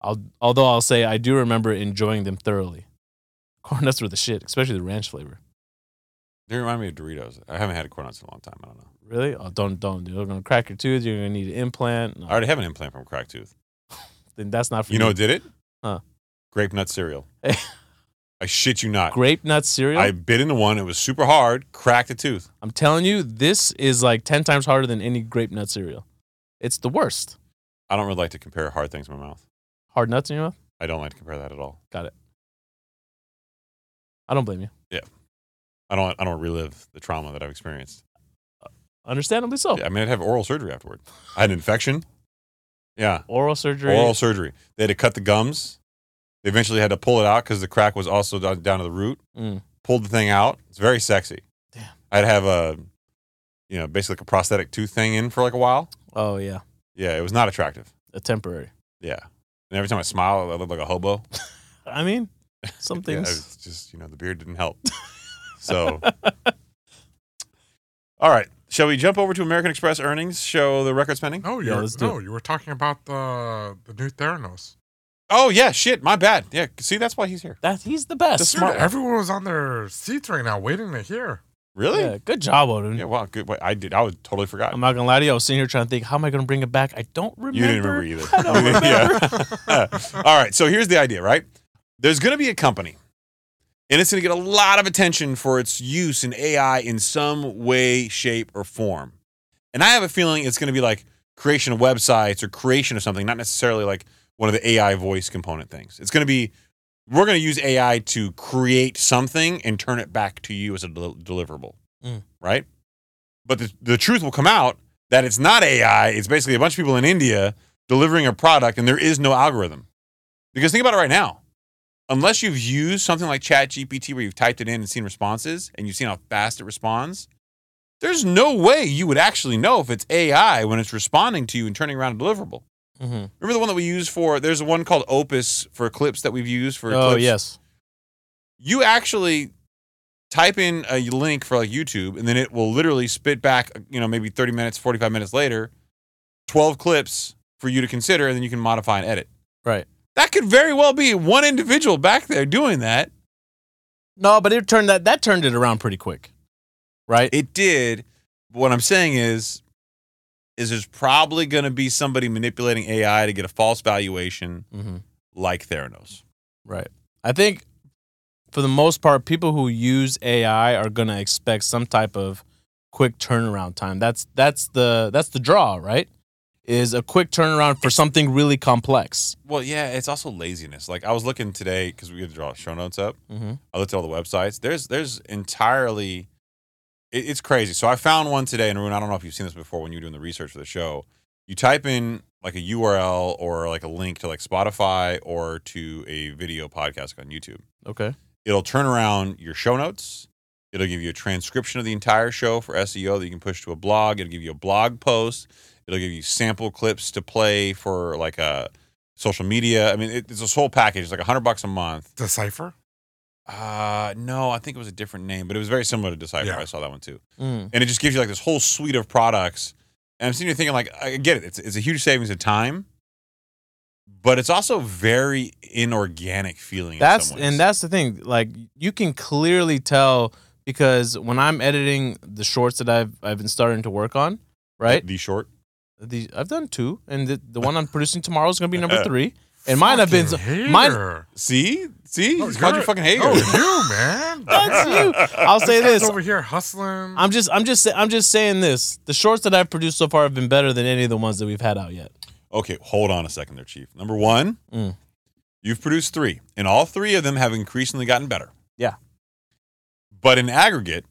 Speaker 1: I'll, although I'll say I do remember enjoying them thoroughly. Corn nuts were the shit, especially the ranch flavor.
Speaker 2: They remind me of Doritos. I haven't had corn nuts in a long time. I don't know.
Speaker 1: Really? Oh, don't, don't. You're gonna crack your tooth. You're gonna need an implant. No,
Speaker 2: I already have an implant from a cracked tooth.
Speaker 1: then that's not for
Speaker 2: You know what did it?
Speaker 1: Huh.
Speaker 2: Grape nut cereal. I shit you not.
Speaker 1: Grape nut cereal.
Speaker 2: I bit into one. It was super hard. Cracked a tooth.
Speaker 1: I'm telling you, this is like ten times harder than any grape nut cereal. It's the worst.
Speaker 2: I don't really like to compare hard things in my mouth.
Speaker 1: Hard nuts in your mouth.
Speaker 2: I don't like to compare that at all.
Speaker 1: Got it. I don't blame you.
Speaker 2: I don't. I don't relive the trauma that I've experienced.
Speaker 1: Understandably so.
Speaker 2: Yeah, I mean, I'd have oral surgery afterward. I had an infection. Yeah,
Speaker 1: Oral surgery.
Speaker 2: oral surgery. They had to cut the gums. They eventually had to pull it out because the crack was also down, down to the root.
Speaker 1: Mm.
Speaker 2: Pulled the thing out. It's very sexy.
Speaker 1: Damn.
Speaker 2: I'd have a, you know, basically like a prosthetic tooth thing in for like a while.
Speaker 1: oh yeah,
Speaker 2: Yeah, it was not attractive.
Speaker 1: a temporary.
Speaker 2: Yeah, and every time I smile, I look like a hobo.
Speaker 1: I mean, some
Speaker 2: Yeah,
Speaker 1: things.
Speaker 2: it's just you know the beard didn't help. so, all right, shall we jump over to American Express earnings? Show the record spending.
Speaker 3: No,
Speaker 1: Yeah,
Speaker 3: you're
Speaker 1: let's do
Speaker 3: no, you were talking about the the new Theranos.
Speaker 2: Oh yeah, shit, my bad. Yeah, see that's why he's here.
Speaker 1: That he's the best.
Speaker 2: The
Speaker 3: Dude,
Speaker 2: smart-
Speaker 3: everyone was on their seats right now, waiting to hear.
Speaker 2: Really?
Speaker 1: Yeah, good job, Odin.
Speaker 2: Yeah, wow, good. Wait, I did. I was totally forgot.
Speaker 1: I'm not gonna lie to you. I was sitting here trying to think, how am I gonna bring it back? I don't remember.
Speaker 2: You didn't remember either.
Speaker 1: I don't
Speaker 2: You didn't- yeah.
Speaker 1: remember.
Speaker 2: All right, so here's the idea, right? There's going to be a company, and it's going to get a lot of attention for its use in AI in some way, shape, or form. And I have a feeling it's going to be like creation of websites or creation of something, not necessarily like one of the AI voice component things. It's going to be we're going to use AI to create something and turn it back to you as a del- deliverable,
Speaker 1: Mm.
Speaker 2: right? But the, the truth will come out that it's not AI. It's basically a bunch of people in India delivering a product, and there is no algorithm. Because think about it right now. Unless you've used something like ChatGPT where you've typed it in and seen responses and you've seen how fast it responds, there's no way you would actually know if it's AI when it's responding to you and turning around a deliverable.
Speaker 1: Mhm.
Speaker 2: Remember the one that we use for, there's one called Opus for Eclipse that we've used for
Speaker 1: Oh
Speaker 2: Eclipse.
Speaker 1: yes.
Speaker 2: You actually type in a link for like YouTube and then it will literally spit back, you know, maybe 30 minutes, 45 minutes later, 12 clips for you to consider and then you can modify and edit.
Speaker 1: Right.
Speaker 2: That could very well be one individual back there doing that.
Speaker 1: No, but it turned that that turned it around pretty quick. Right?
Speaker 2: It did. But what I'm saying is, is there's probably going to be somebody manipulating AI to get a false valuation
Speaker 1: mm-hmm.
Speaker 2: like Theranos.
Speaker 1: Right. I think for the most part, people who use AI are gonna expect some type of quick turnaround time. That's that's the that's the draw, right? Is a quick turnaround for something really complex.
Speaker 2: Well, yeah, it's also laziness. Like I was looking today because we had to draw show notes up.
Speaker 1: Mm-hmm.
Speaker 2: I looked at all the websites. There's there's entirely it, it's crazy. So I found one today, and Arun, I don't know if you've seen this before when you were doing the research for the show. You type in like a URL or like a link to like Spotify or to a video podcast on YouTube.
Speaker 1: Okay.
Speaker 2: It'll turn around your show notes. It'll give you a transcription of the entire show for SEO that you can push to a blog. It'll give you a blog post. It'll give you sample clips to play for like a social media. I mean, it, it's this whole package. It's like a hundred bucks a month.
Speaker 3: Decipher.
Speaker 2: Uh, no, I think it was a different name, but it was very similar to Decipher.
Speaker 3: Yeah.
Speaker 2: I saw that one too.
Speaker 1: Mm.
Speaker 2: And it just gives you like this whole suite of products. And I'm sitting here thinking, like, I get it. It's, it's a huge savings of time, but it's also very inorganic feeling.
Speaker 1: That's
Speaker 2: in some ways.
Speaker 1: and that's the thing. Like you can clearly tell because when I'm editing the shorts that I've I've been starting to work on, right?
Speaker 2: The short.
Speaker 1: The, I've done two, and the, the one I'm producing tomorrow is gonna be number three. And mine have been
Speaker 3: Fucking
Speaker 1: mine-
Speaker 3: hater.
Speaker 2: See, see,
Speaker 3: Oh,
Speaker 2: he's called you
Speaker 3: you're-
Speaker 2: fucking hater.
Speaker 3: Oh, you man.
Speaker 1: That's you. I'll say
Speaker 3: This
Speaker 1: this.
Speaker 3: guy's over here hustling.
Speaker 1: I'm just I'm just sa- I'm just saying this. The shorts that I've produced so far have been better than any of the ones that we've had out yet.
Speaker 2: Okay, hold on a second there, Chief. Number one,
Speaker 1: Mm.
Speaker 2: you've produced three, and all three of them have increasingly gotten better.
Speaker 1: Yeah.
Speaker 2: But in aggregate,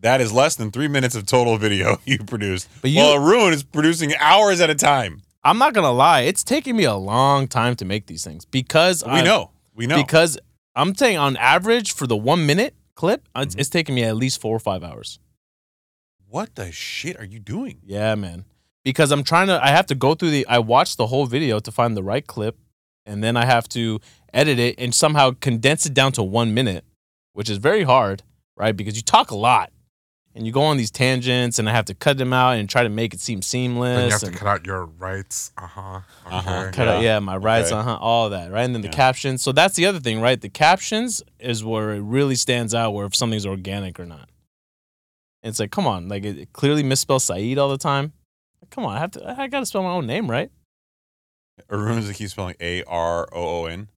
Speaker 2: that is less than three minutes of total video you produced.
Speaker 1: But you-
Speaker 2: while Arun is producing hours at a time.
Speaker 1: I'm not gonna lie, it's taking me a long time to make these things because
Speaker 2: We
Speaker 1: I
Speaker 2: know. We know.
Speaker 1: Uh, because I'm saying on average for the one minute clip, it's,
Speaker 2: Mhm.
Speaker 1: it's taking me at least four or five hours.
Speaker 2: what the shit are you doing?
Speaker 1: Yeah, man. Because I'm trying to, I have to go through the, I watch the whole video to find the right clip, and then I have to edit it and somehow condense it down to one minute, which is very hard, right? Because you talk a lot and you go on these tangents, and I have to cut them out and try to make it seem
Speaker 3: then you
Speaker 1: seamless.
Speaker 3: have to
Speaker 1: and
Speaker 3: cut out your rights. Uh huh.
Speaker 2: Uh-huh.
Speaker 3: Okay.
Speaker 1: cut out, yeah, my rights,
Speaker 2: Okay.
Speaker 1: uh huh, all that, right? And then the
Speaker 2: Yeah.
Speaker 1: captions. So that's the other thing, right? The captions is where it really stands out, where if something's organic or not. And it's like, come on, like it, it clearly misspells Saeed all the time. Like, come on, I have to, I gotta spell my own name, right?
Speaker 2: Arun is keep spelling A R O O N.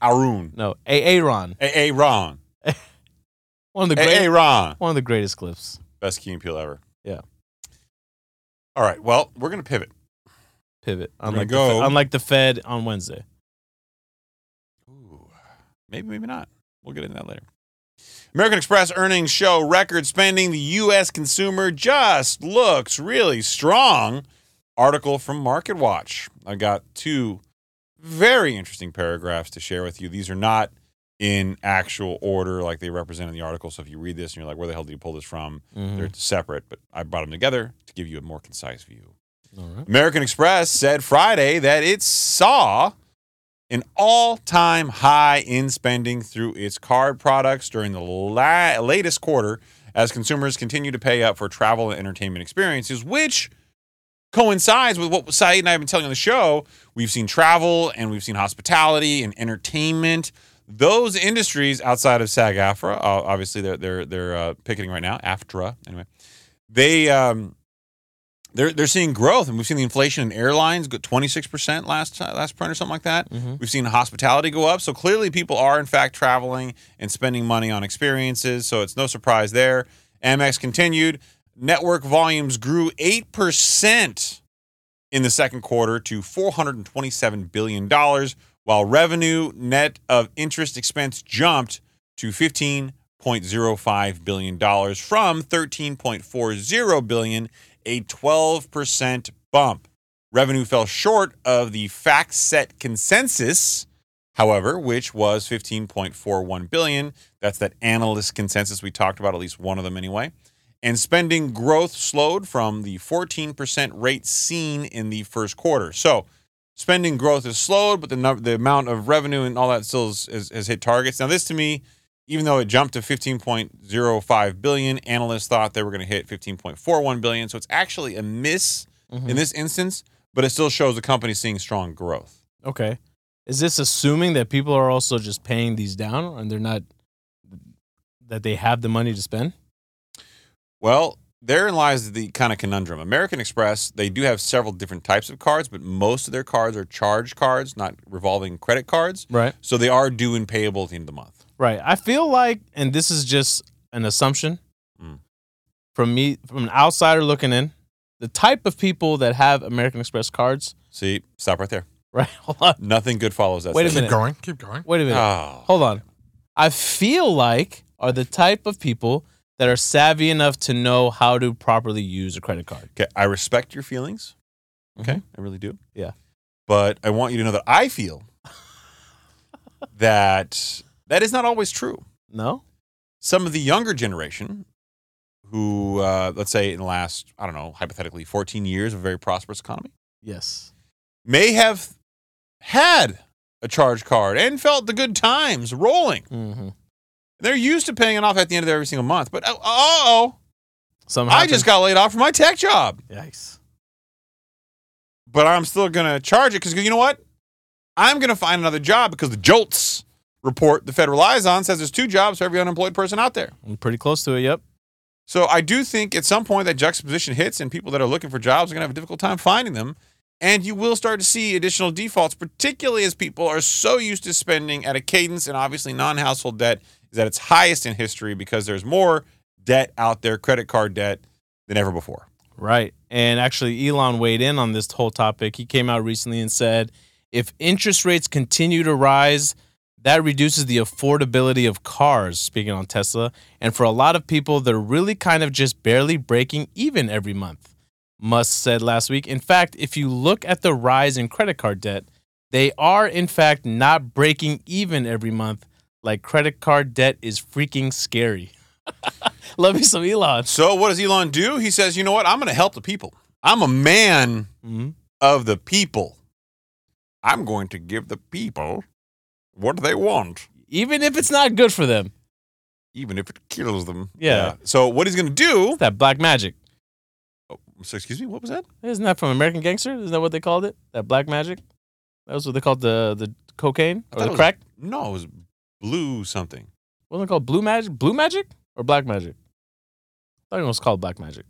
Speaker 2: Arun.
Speaker 1: No, Aaron,
Speaker 2: A A Ron.
Speaker 1: one of the great,
Speaker 2: A A Ron.
Speaker 1: one of the greatest clips.
Speaker 2: Best Key and Peele ever.
Speaker 1: Yeah.
Speaker 2: All right. Well, we're gonna pivot.
Speaker 1: Pivot,
Speaker 2: gonna
Speaker 1: unlike
Speaker 2: go.
Speaker 1: the, Fe- unlike the Fed on Wednesday.
Speaker 2: Maybe, maybe not. We'll get into that later. American Express earnings show record spending. The U.S. consumer just looks really strong. Article from MarketWatch. I got two very interesting paragraphs to share with you. These are not in actual order like they represent in the article. So if you read this and you're like, where the hell did you pull this from?
Speaker 1: Hmm.
Speaker 2: They're separate, but I brought them together to give you a more concise view.
Speaker 1: All right.
Speaker 2: Mm-hmm. American Express said Friday that it saw an all time high in spending through its card products during the la- latest quarter as consumers continue to pay up for travel and entertainment experiences, which coincides with what Saeed and I have been telling you on the show. We've seen travel and we've seen hospitality and entertainment. Those industries outside of SAG AFTRA, uh, obviously they're they're they're uh, picketing right now. AFTRA anyway, they um, they're they're seeing growth, and we've seen the inflation in airlines go twenty six percent last ti- last print or something like that.
Speaker 1: Mhm.
Speaker 2: We've seen hospitality go up, so clearly people are in fact traveling and spending money on experiences. So it's no surprise there. Amex continued. Network volumes grew eight percent in the second quarter to $427 billion, while revenue net of interest expense jumped to $15.05 billion from $13.40 billion, a 12% bump. Revenue fell short of the fact set consensus, however, which was 15.41 billion. That's that analyst consensus we talked about, at least one of them anyway and spending growth slowed from the 14% rate seen in the first quarter. So, spending growth is slowed, but the num- the amount of revenue and all that still is, is, has hit targets. Now, this to me, even though it jumped to 15.05 billion, analysts thought they were going to hit 15.41 billion. So, it's actually a miss
Speaker 1: mm-hmm.
Speaker 2: in this instance, but it still shows the company seeing strong growth.
Speaker 1: Okay. Is this assuming that people are also just paying these down and they're not that they have the money to spend?
Speaker 2: Well, therein lies the kind of conundrum. American Express, they do have several different types of cards, but most of their cards are charge cards, not revolving credit cards.
Speaker 1: Right.
Speaker 2: So they are due and payable at the end of the month.
Speaker 1: Right. I feel like, and this is just an assumption
Speaker 2: Mm.
Speaker 1: from me, from an outsider looking in, the type of people that have American Express cards.
Speaker 2: See, stop right there.
Speaker 1: Right. Hold on.
Speaker 2: Nothing good follows that.
Speaker 1: Wait a
Speaker 2: sentence.
Speaker 3: Keep
Speaker 1: minute.
Speaker 3: going. Keep going.
Speaker 1: Wait a minute.
Speaker 2: Oh.
Speaker 1: Hold on. I feel like are the type of people that are savvy enough to know how to properly use a credit card.
Speaker 2: Okay, I respect your feelings.
Speaker 1: Mm-hmm.
Speaker 2: Okay, I really do.
Speaker 1: Yeah.
Speaker 2: But I want you to know that I feel that that is not always true.
Speaker 1: No?
Speaker 2: some of the younger generation who uh, let's say in the last i don't know hypothetically 14 years of a very prosperous economy
Speaker 1: Yes.
Speaker 2: may have had a charge card and felt the good times rolling
Speaker 1: Mm-hmm.
Speaker 2: they're used to paying it off at the end of every single month but uh oh
Speaker 1: Somehow.
Speaker 2: i just got laid off from my tech job
Speaker 1: Yikes.
Speaker 2: but i'm still gonna charge it because you know what i'm gonna find another job because the jolts report the fed relies on says there's two jobs for every unemployed person out there
Speaker 1: I'm pretty close to it. Yep.
Speaker 2: So I do think at some point that juxtaposition hits, and people that are looking for jobs are going to have a difficult time finding them. And you will start to see additional defaults, particularly as people are so used to spending at a cadence, and obviously non-household debt is at its highest in history because there's more debt out there, credit card debt, than ever before.
Speaker 1: Right. And actually, Elon weighed in on this whole topic. He came out recently and said if interest rates continue to rise, that reduces the affordability of cars, speaking on Tesla. And for a lot of people, they're really kind of just barely breaking even every month, Musk said last week. In fact, if you look at the rise in credit card debt, they are, in fact, not breaking even every month. Like credit card debt is freaking scary. Love me some Elon.
Speaker 2: So what does Elon do? He says, "You know what? I'm going to help the people. I'm a man
Speaker 1: hmm
Speaker 2: of the people. I'm going to give the people what they want."
Speaker 1: Even if it's not good for them.
Speaker 2: Even if it kills them.
Speaker 1: Yeah.
Speaker 2: So what he's going to do?
Speaker 1: It's that black magic.
Speaker 2: So excuse me, what was that?
Speaker 1: Isn't that from American Gangster? Isn't that what they called it? That black magic? That was what they called the the cocaine or
Speaker 2: I thought it
Speaker 1: the
Speaker 2: was-
Speaker 1: crack?
Speaker 2: No, it was blue something.
Speaker 1: Wasn't it called blue magic? Blue magic or black magic? I thought it was called black magic.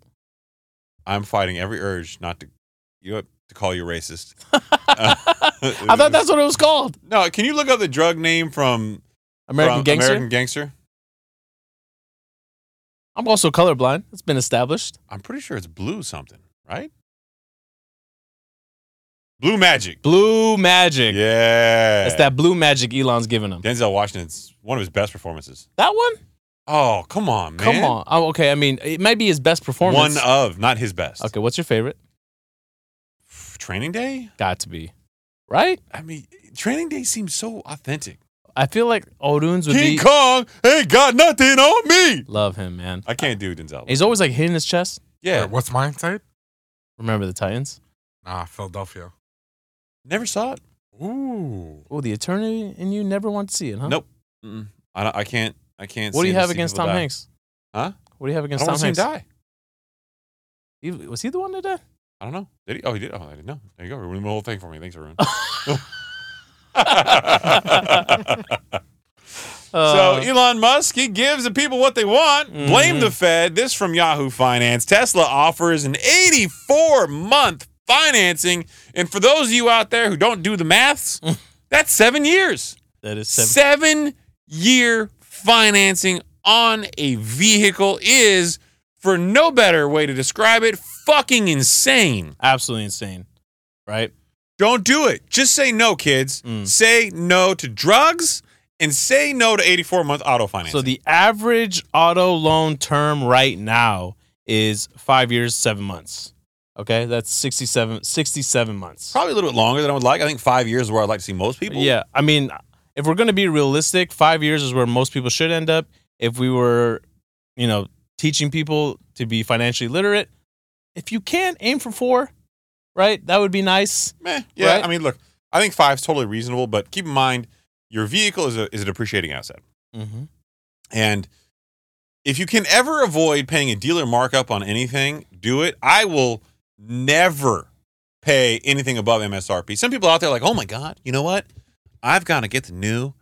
Speaker 2: I'm fighting every urge not to, you know, what, to call you racist.
Speaker 1: I thought that's what it was called.
Speaker 2: No, can you look up the drug name from
Speaker 1: American
Speaker 2: from
Speaker 1: Gangster.
Speaker 2: American Gangster.
Speaker 1: I'm also colorblind. It's been established.
Speaker 2: I'm pretty sure it's blue something, right? Blue Magic.
Speaker 1: Blue Magic.
Speaker 2: Yeah.
Speaker 1: That's that blue magic Elon's giving him.
Speaker 2: Denzel Washington's one of his best performances.
Speaker 1: That one?
Speaker 2: Oh, come on, man.
Speaker 1: Come on. Oh, okay. I mean, it might be his best performance.
Speaker 2: One of, not his best.
Speaker 1: okay, what's your favorite?
Speaker 2: Training Day?
Speaker 1: Got to be. Right?
Speaker 2: I mean, Training Day seems so authentic.
Speaker 1: I feel like Odun's would
Speaker 2: King
Speaker 1: be.
Speaker 2: Kong ain't got nothing on me.
Speaker 1: Love him, man.
Speaker 2: I can't do Denzel.
Speaker 1: He's always like hitting his chest.
Speaker 2: yeah.
Speaker 3: Wait, what's mine type?
Speaker 1: Remember the Titans?
Speaker 3: Nah, Philadelphia.
Speaker 2: Never saw it.
Speaker 3: Ooh.
Speaker 1: Oh, the eternity and you never want to see it, huh?
Speaker 2: Nope. Mm-mm. I, don't, I can't. I can't.
Speaker 1: What do you
Speaker 2: stand to
Speaker 1: have
Speaker 2: see
Speaker 1: against
Speaker 2: people
Speaker 1: Tom
Speaker 2: die.
Speaker 1: Hanks?
Speaker 2: Huh?
Speaker 1: What do you have
Speaker 2: I
Speaker 1: against
Speaker 2: don't
Speaker 1: Tom
Speaker 2: want to see him
Speaker 1: Hanks?
Speaker 2: die.
Speaker 1: He- was he the one that died?
Speaker 2: I don't know. Did he? Oh, he did. Oh, I didn't know. There you go. Ruined the whole thing for me. Thanks, everyone. so
Speaker 1: Uh,
Speaker 2: Elon Musk, he gives the people what they want. Blame
Speaker 1: Mhm.
Speaker 2: the Fed. This from Yahoo Finance. Tesla offers an 84 month financing. And for those of you out there who don't do the maths, that's seven years.
Speaker 1: that is seven.
Speaker 2: Seven year financing on a vehicle is, for no better way to describe it, fucking insane.
Speaker 1: Absolutely insane. Right?
Speaker 2: Don't do it. Just say no, kids.
Speaker 1: Mm.
Speaker 2: Say no to drugs and say no to 84 month auto financing.
Speaker 1: So the average auto loan term right now is five years, seven months. Okay, that's 67, 67 months.
Speaker 2: probably a little bit longer than I would like. I think five years is where I'd like to see most people.
Speaker 1: Yeah, I mean, if we're gonna be realistic, five years is where most people should end up. If we were, you know, teaching people to be financially literate, if you can aim for four, right? That would be nice.
Speaker 2: Meh. yeah.
Speaker 1: Right?
Speaker 2: I mean, look, I think five is totally reasonable, but keep in mind your vehicle is a, is a depreciating asset.
Speaker 1: Mm-hmm.
Speaker 2: And if you can ever avoid paying a dealer markup on anything, do it. I will never pay anything above MSRP. Some people out there are like, oh my God, you know what? I've got to get the new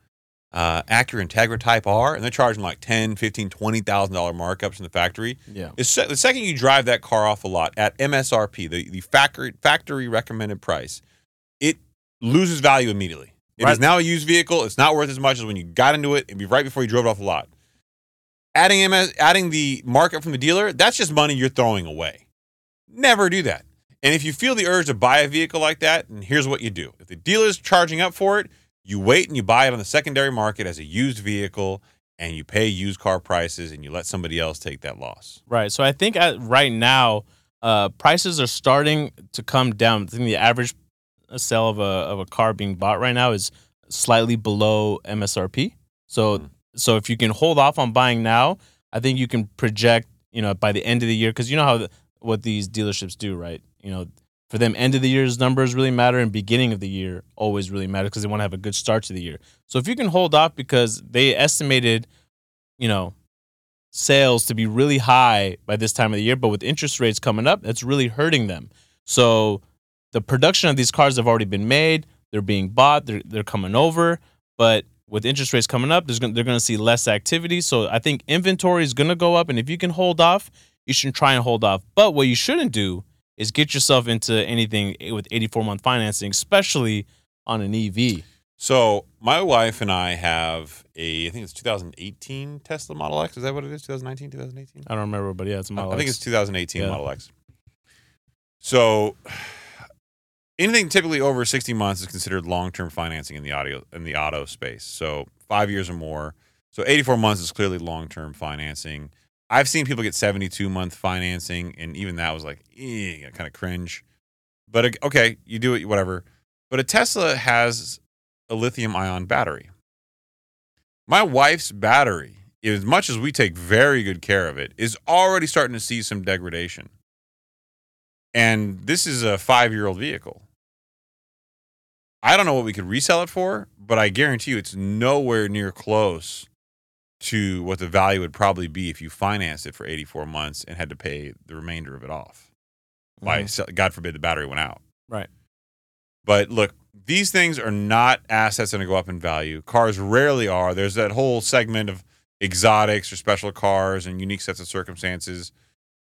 Speaker 2: uh, Acura Integra Type R, and they're charging like 10, 15, $20,000 markups in the factory.
Speaker 1: Yeah.
Speaker 2: The se- the second you drive that car off a lot at MSRP, the, the factory, factory recommended price, it loses value immediately. It is
Speaker 1: Right.
Speaker 2: now a used vehicle. It's not worth as much as when you got into it. It'd be right before you drove it off a lot. Adding MS, adding the markup from the dealer, that's just money you're throwing away. Never do that. And if you feel the urge to buy a vehicle like that, and here's what you do: if the dealer's charging up for it, you wait and you buy it on the secondary market as a used vehicle, and you pay used car prices, and you let somebody else take that loss.
Speaker 1: Right. So I think at, right now, uh, prices are starting to come down. I think the average sale of a of a car being bought right now is slightly below MSRP. So
Speaker 2: Mhm.
Speaker 1: so if you can hold off on buying now, I think you can project. You know, by the end of the year, because you know how the, what these dealerships do, right? You know, for them, end of the year's numbers really matter, and beginning of the year always really matter because they want to have a good start to the year. So if you can hold off because they estimated, you know, sales to be really high by this time of the year, but with interest rates coming up, that's really hurting them. So the production of these cars have already been made, they're being bought, they're they're coming over, but with interest rates coming up, there's gonna, they're going to see less activity. So I think inventory is going to go up, and if you can hold off, you should try and hold off. But what you shouldn't do is get yourself into anything with 84 month financing, especially on an E EV.
Speaker 2: So my wife and I have a, I think it's 2018 Tesla Model X. Is that what it is? 2019, 2018?
Speaker 1: I don't remember, but yeah, it's a Model
Speaker 2: I think
Speaker 1: X.
Speaker 2: it's 2018
Speaker 1: Yeah.
Speaker 2: Model X. So anything typically over 60 months is considered long-term financing in the audio in the auto space. So five years or more. So 84 months is clearly long-term financing. I've seen people get 72 month financing, and even that was like kind of cringe. But uh, okay, you do it, whatever. But a Tesla has a lithium ion battery. My wife's battery, as much as we take very good care of it, is already starting to see some degradation. And this is a five year old vehicle. I don't know what we could resell it for, but I guarantee you it's nowhere near close to what the value would probably be if you financed it for 84 months and had to pay the remainder of it off by
Speaker 1: Mhm.
Speaker 2: se- God forbid the battery went out.
Speaker 1: Right.
Speaker 2: But look, these things are not assets that are going to go up in value. Cars rarely are. There's that whole segment of exotics or special cars and unique sets of circumstances.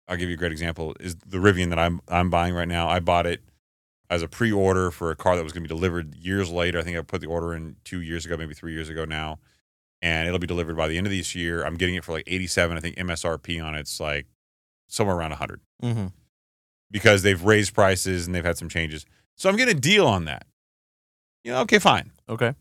Speaker 2: I'll give you a great example is the Rivian that I'm I'm buying right now. I bought it as a pre-order for a car that was going to be delivered years later. I think I put the order in 2 years ago, maybe 3 years ago now. And it'll be delivered by the end of this year. I'm getting it for like 87. I think MSRP on it's like somewhere around 100
Speaker 1: Mhm.
Speaker 2: because they've raised prices and they've had some changes. So I'm getting a deal on that. You know, okay, fine.
Speaker 1: Okay.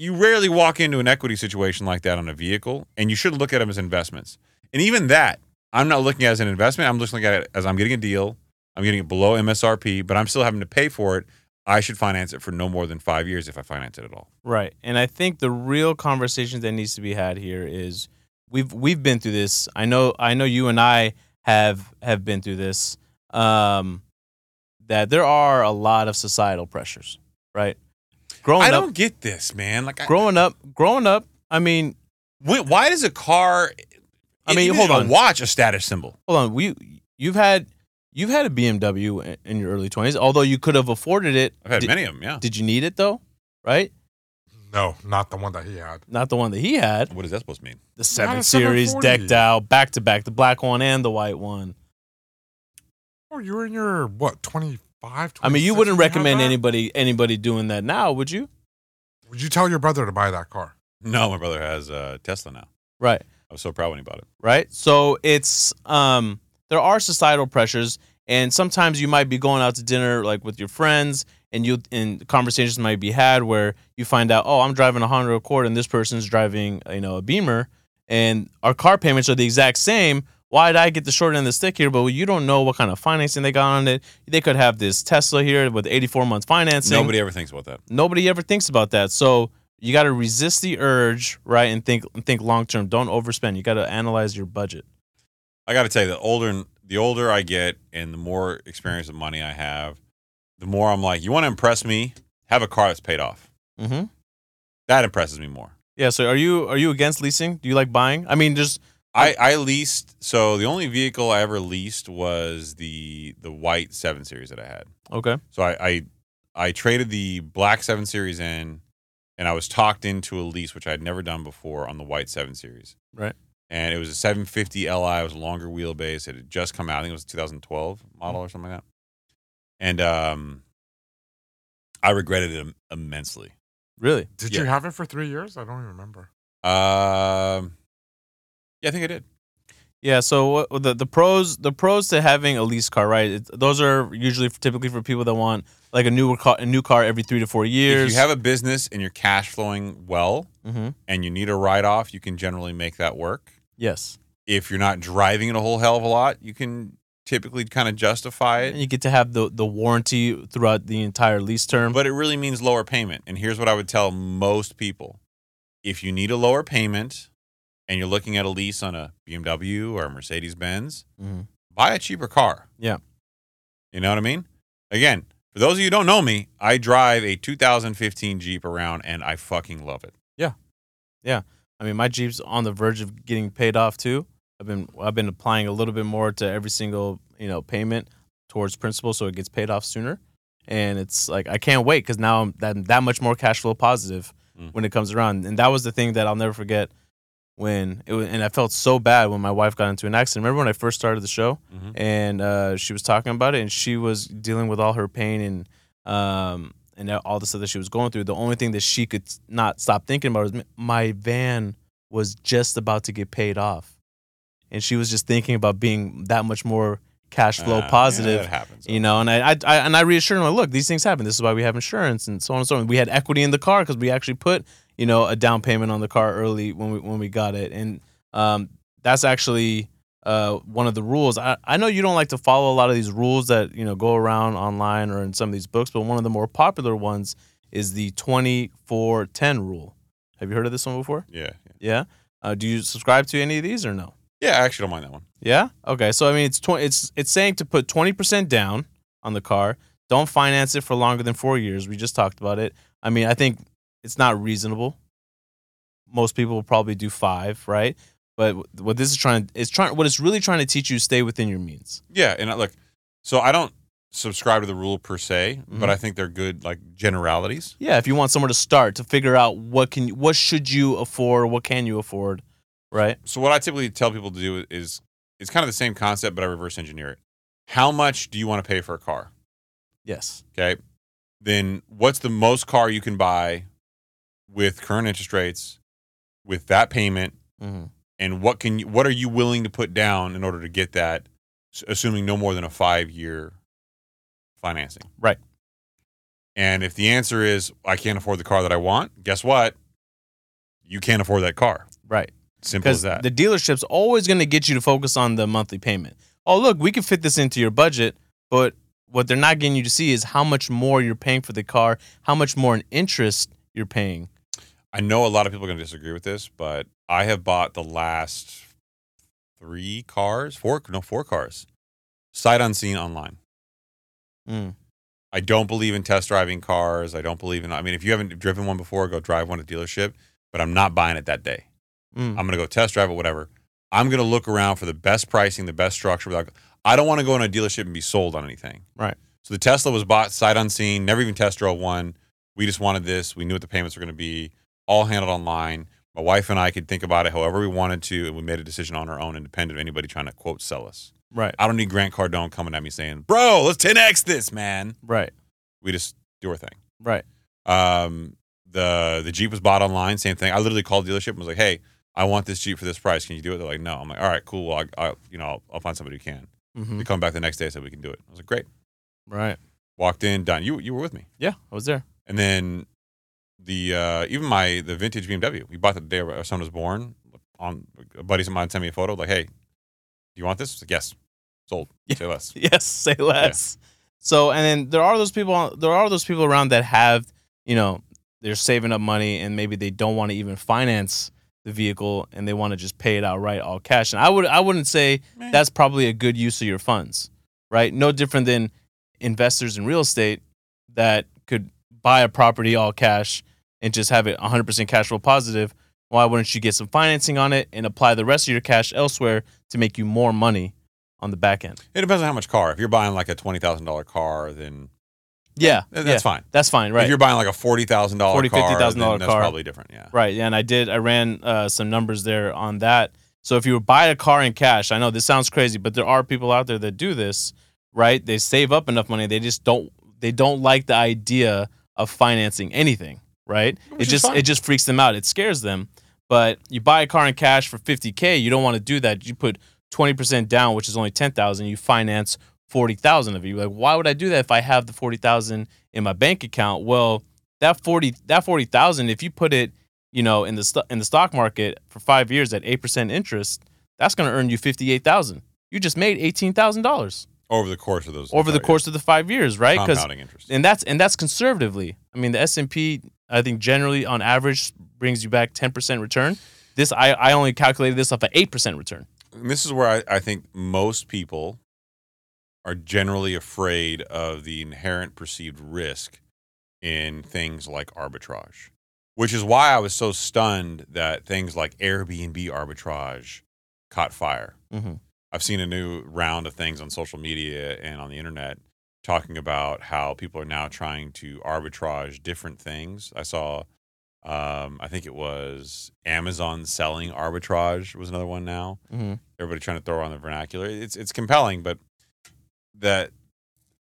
Speaker 2: You rarely walk into an equity situation like that on a vehicle, and you should look at them as investments. And even that, I'm not looking at it as an investment. I'm just looking at it as I'm getting a deal. I'm getting it below MSRP, but I'm still having to pay for it. I should finance it for no more than five years if I finance it at all.
Speaker 1: Right. And I think the real conversation that needs to be had here is we've we've been through this. I know I know you and I have have been through this. Um that there are a lot of societal pressures, right? Growing
Speaker 2: I
Speaker 1: up
Speaker 2: don't get this, man. Like, I,
Speaker 1: growing up growing up, I mean
Speaker 2: why, why does a car?
Speaker 1: I mean,
Speaker 2: even
Speaker 1: hold
Speaker 2: a
Speaker 1: on.
Speaker 2: watch a status symbol.
Speaker 1: hold on, we you've had you've had a BMW in- in your early 20s, although you could have afforded it.
Speaker 2: I've had
Speaker 1: Did-
Speaker 2: many of them. Yeah.
Speaker 1: Did you need it though? Right?
Speaker 3: No, not the one that he had.
Speaker 1: Not the one that he had.
Speaker 2: What is that supposed to mean?
Speaker 1: The 7
Speaker 3: a
Speaker 1: Series
Speaker 3: 740.
Speaker 1: decked out back to back, the black one and the white one.
Speaker 3: Oh, you were in your what, 25,
Speaker 1: I mean, you wouldn't
Speaker 3: 26 when had
Speaker 1: recommend
Speaker 3: that?
Speaker 1: anybody anybody doing that now, would you?
Speaker 3: Would you tell your brother to buy that car?
Speaker 2: No, my brother has a Tesla now.
Speaker 1: Right.
Speaker 2: I was so proud when he bought it.
Speaker 1: Right? So it's um there are societal pressures and sometimes you might be going out to dinner like with your friends and you and conversations might be had where you find out, "Oh, I'm driving a Honda Accord and this person's driving, you know, a Beamer and our car payments are the exact same." Why did I get the short end of the stick here? But you don't know what kind of financing they got on it. They could have this Tesla here with 84 months financing.
Speaker 2: Nobody ever thinks about that.
Speaker 1: nobody ever thinks about that. So you got to resist the urge, right? And think and think long term. Don't overspend. You got to analyze your budget.
Speaker 2: I got to tell you, the older the older I get, and the more experience and money I have, the more I'm like, you want to impress me? Have a car that's paid off.
Speaker 1: Mm-hmm.
Speaker 2: That impresses me more.
Speaker 1: Yeah. So are you are you against leasing? Do you like buying? I mean, just
Speaker 2: I, I leased so the only vehicle I ever leased was the the white seven series that I had.
Speaker 1: okay.
Speaker 2: So I I, I traded the black seven series in, and I was talked into a lease which I had never done before on the white seven series.
Speaker 1: Right.
Speaker 2: And it was a 750 Li. It was a longer wheelbase. It had just come out. I think it was 2012 model or something like that. And um, I regretted it im- immensely.
Speaker 1: Really?
Speaker 3: Did
Speaker 2: Yeah.
Speaker 3: you have it for three years? I don't even remember.
Speaker 2: Um, yeah, I think I did.
Speaker 1: Yeah. So what- the the pros the pros to having a lease car, right? It's those are usually typically for people that want like a newer car a new car every three to four years.
Speaker 2: If you have a business and you're cash flowing well
Speaker 1: mm-hmm.
Speaker 2: and you need a write off, you can generally make that work.
Speaker 1: yes,
Speaker 2: if you're not driving it a whole hell of a lot, you can typically kind of justify
Speaker 1: and
Speaker 2: it.
Speaker 1: you get to have the the warranty throughout the entire lease term.
Speaker 2: But it really means lower payment. And here's what I would tell most people if you need a lower payment and you're looking at a lease on a BMW or a Mercedes Benz,
Speaker 1: Mhm.
Speaker 2: buy a cheaper car.
Speaker 1: Yeah.
Speaker 2: You know what I mean? Again, for those of you who don't know me, I drive a 2015 Jeep around and I fucking love it.
Speaker 1: I mean, my Jeep's on the verge of getting paid off too. I've been I've been applying a little bit more to every single you know payment towards principal, so it gets paid off sooner. And it's like I can't wait because now I'm that, that much more cash flow positive
Speaker 2: Mm.
Speaker 1: when it comes around. And that was the thing that I'll never forget when it was, and I felt so bad when my wife got into an accident. Remember when I first started the show
Speaker 2: Mhm.
Speaker 1: and uh, she was talking about it and she was dealing with all her pain and um and all the stuff that she was going through. The only thing that she could not stop thinking about was my van was just about to get paid off, and she was just thinking about being that much more cash flow
Speaker 2: Uh, yeah,
Speaker 1: positive.
Speaker 2: that happens.
Speaker 1: You know, and I, I, I and I reassured him, like, look, these things happen. This is why we have insurance and so on and so on. We had equity in the car because we actually put, you know, a down payment on the car early when we when we got it, and um, that's actually uh one of the rules. I I know you don't like to follow a lot of these rules that you know go around online or in some of these books, but one of the more popular ones is the twenty four ten rule. Have you heard of this one before?
Speaker 2: Yeah.
Speaker 1: Yeah. Uh, do you subscribe to any of these or no?
Speaker 2: Yeah, I actually don't mind that one.
Speaker 1: Yeah. Okay. So I mean, it's twenty. It's it's saying to put twenty percent down on the car. Don't finance it for longer than four years. We just talked about it. I mean, I think it's not reasonable. Most people will probably do five, right? But what this is trying is trying what it's really trying to teach you is stay within your means.
Speaker 2: Yeah, and I, look, so I don't subscribe to the rule per se, but
Speaker 1: Mhm.
Speaker 2: I think they're good like generalities.
Speaker 1: Yeah, if you want somewhere to start to figure out what can what should you afford, what can you afford, right?
Speaker 2: So what I typically tell people to do is it's kind of the same concept, but I reverse engineer it. How much do you want to pay for a car?
Speaker 1: Yes.
Speaker 2: Okay, then what's the most car you can buy with current interest rates, with that payment,
Speaker 1: Mm-hmm.
Speaker 2: and what can you, what are you willing to put down in order to get that, s- assuming no more than a five year financing.
Speaker 1: Right.
Speaker 2: And if the answer is I can't afford the car that I want, guess what? You can't afford that car.
Speaker 1: Right.
Speaker 2: Simple
Speaker 1: Because
Speaker 2: as that.
Speaker 1: the dealership's always going to get you to focus on the monthly payment. Oh, look, we can fit this into your budget, but what they're not getting you to see is how much more you're paying for the car, how much more in interest you're paying.
Speaker 2: I know a lot of people are going to disagree with this, but I have bought the last three cars, four, no, four cars, sight unseen online.
Speaker 1: Mm.
Speaker 2: I don't believe in test driving cars. I don't believe in, I mean, if you haven't driven one before, go drive one at a dealership, but I'm not buying it that day.
Speaker 1: Mm.
Speaker 2: I'm going to go test drive it, whatever. I'm going to look around for the best pricing, the best structure. Without, I don't want to go in a dealership and be sold on anything.
Speaker 1: Right.
Speaker 2: So the Tesla was bought sight unseen, never even test drove one. We just wanted this. We knew what the payments were going to be, all handled online. My wife and I could think about it however we wanted to, and we made a decision on our own, independent of anybody trying to quote sell us.
Speaker 1: Right.
Speaker 2: I don't need Grant Cardone coming at me saying, "Bro, let's 10x this, man."
Speaker 1: Right.
Speaker 2: We just do our thing.
Speaker 1: Right.
Speaker 2: Um, the the Jeep was bought online, same thing. I literally called the dealership and was like, "Hey, I want this Jeep for this price. Can you do it?" They're like, "No." I'm like, "All right, cool. Well, I, I you know, I'll, I'll find somebody who can."
Speaker 1: hmm
Speaker 2: They come back the next day and said we can do it. I was like, "Great."
Speaker 1: Right.
Speaker 2: Walked in, done. You you were with me,
Speaker 1: Yeah, I was there.
Speaker 2: and then the uh, even my the vintage BMW we bought the day our son was born. On a buddies of mine sent me a photo like, "Hey, do you want this?" I was like, yes, sold.
Speaker 1: Yeah.
Speaker 2: Say less.
Speaker 1: Yes, say less. So, and then there are those people. There are those people around that have, you know, they're saving up money and maybe they don't want to even finance the vehicle and they want to just pay it outright, all cash. And I would, I wouldn't say
Speaker 2: Meh.
Speaker 1: that's probably a good use of your funds, right? No different than investors in real estate that could buy a property all cash and just have it 100% cash flow positive. Why wouldn't you get some financing on it and apply the rest of your cash elsewhere to make you more money on the back end?
Speaker 2: It depends on how much car. If you're buying like a twenty thousand dollar car, then eh,
Speaker 1: Yeah,
Speaker 2: that's
Speaker 1: yeah.
Speaker 2: fine.
Speaker 1: That's fine, right?
Speaker 2: If you're buying like a forty thousand dollar
Speaker 1: $40,000,
Speaker 2: car, then
Speaker 1: $50,000
Speaker 2: that's
Speaker 1: car.
Speaker 2: probably different. Yeah.
Speaker 1: right, yeah, and I did. I ran uh, some numbers there on that. So if you were buy a car in cash, I know this sounds crazy, but there are people out there that do this, right? They save up enough money. They just don't. They don't like the idea of financing anything, right? it
Speaker 2: Which is
Speaker 1: just
Speaker 2: fine.
Speaker 1: it just freaks them out. It scares them. But you buy a car in cash for 50k, you don't want to do that. You put 20% down, which is only 10,000, you finance 40,000 of it. You're like, why would I do that if I have the 40,000 in my bank account? Well, that 40 that 40,000 if you put it, you know, in the sto- in the stock market for 5 years at 8% interest, that's going to earn you 58,000. You just made $18,000
Speaker 2: Over the course of those.
Speaker 1: over the course of the 5 years, right? Cuz
Speaker 2: compounding interest.
Speaker 1: and that's and that's conservatively. I mean, the S and P, I think generally on average brings you back ten percent return. This I, I only calculated this off an eight percent return.
Speaker 2: And this is where I, I think most people are generally afraid of the inherent perceived risk in things like arbitrage, which is why I was so stunned that things like Airbnb arbitrage caught fire.
Speaker 1: Mm-hmm.
Speaker 2: I've seen a new round of things on social media and on the internet talking about how people are now trying to arbitrage different things. I saw, um, I think it was Amazon selling arbitrage was another one now.
Speaker 1: Mm-hmm.
Speaker 2: Everybody trying to throw on the vernacular. It's it's compelling, but that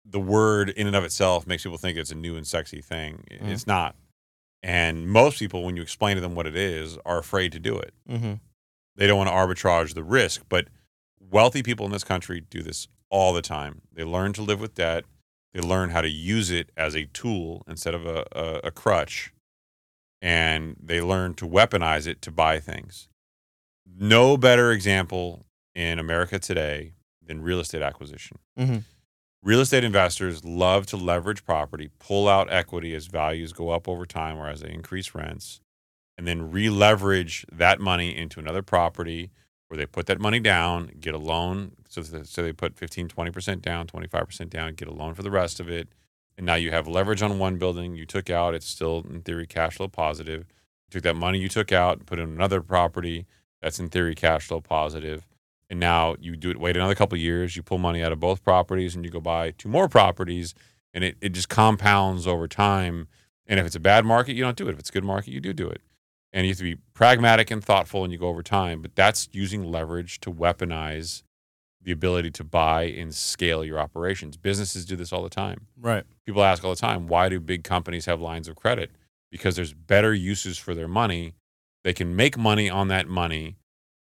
Speaker 2: the word in and of itself makes people think it's a new and sexy thing.
Speaker 1: Mhm.
Speaker 2: It's not. And most people, when you explain to them what it is, are afraid to do it
Speaker 1: Mm-hmm.
Speaker 2: they don't want to arbitrage the risk but wealthy people in this country do this all the time they learn to live with debt they learn how to use it as a tool instead of a, a, a crutch and they learn to weaponize it to buy things no better example in america today than real estate acquisition
Speaker 1: Mhm.
Speaker 2: real estate investors love to leverage property pull out equity as values go up over time or as they increase rents and then re-leverage that money into another property where they put that money down, get a loan. So, so they put 15, 20% down, 25% down, get a loan for the rest of it. And now you have leverage on one building you took out. It's still, in theory, cash flow positive. You took that money you took out, put in another property. That's, in theory, cash flow positive. And now you do it, wait another couple of years, you pull money out of both properties and you go buy two more properties. And it, it just compounds over time. And if it's a bad market, you don't do it. If it's a good market, you do do it and you have to be pragmatic and thoughtful and you go over time but that's using leverage to weaponize the ability to buy and scale your operations businesses do this all the time
Speaker 1: Right.
Speaker 2: people ask all the time why do big companies have lines of credit because there's better uses for their money they can make money on that money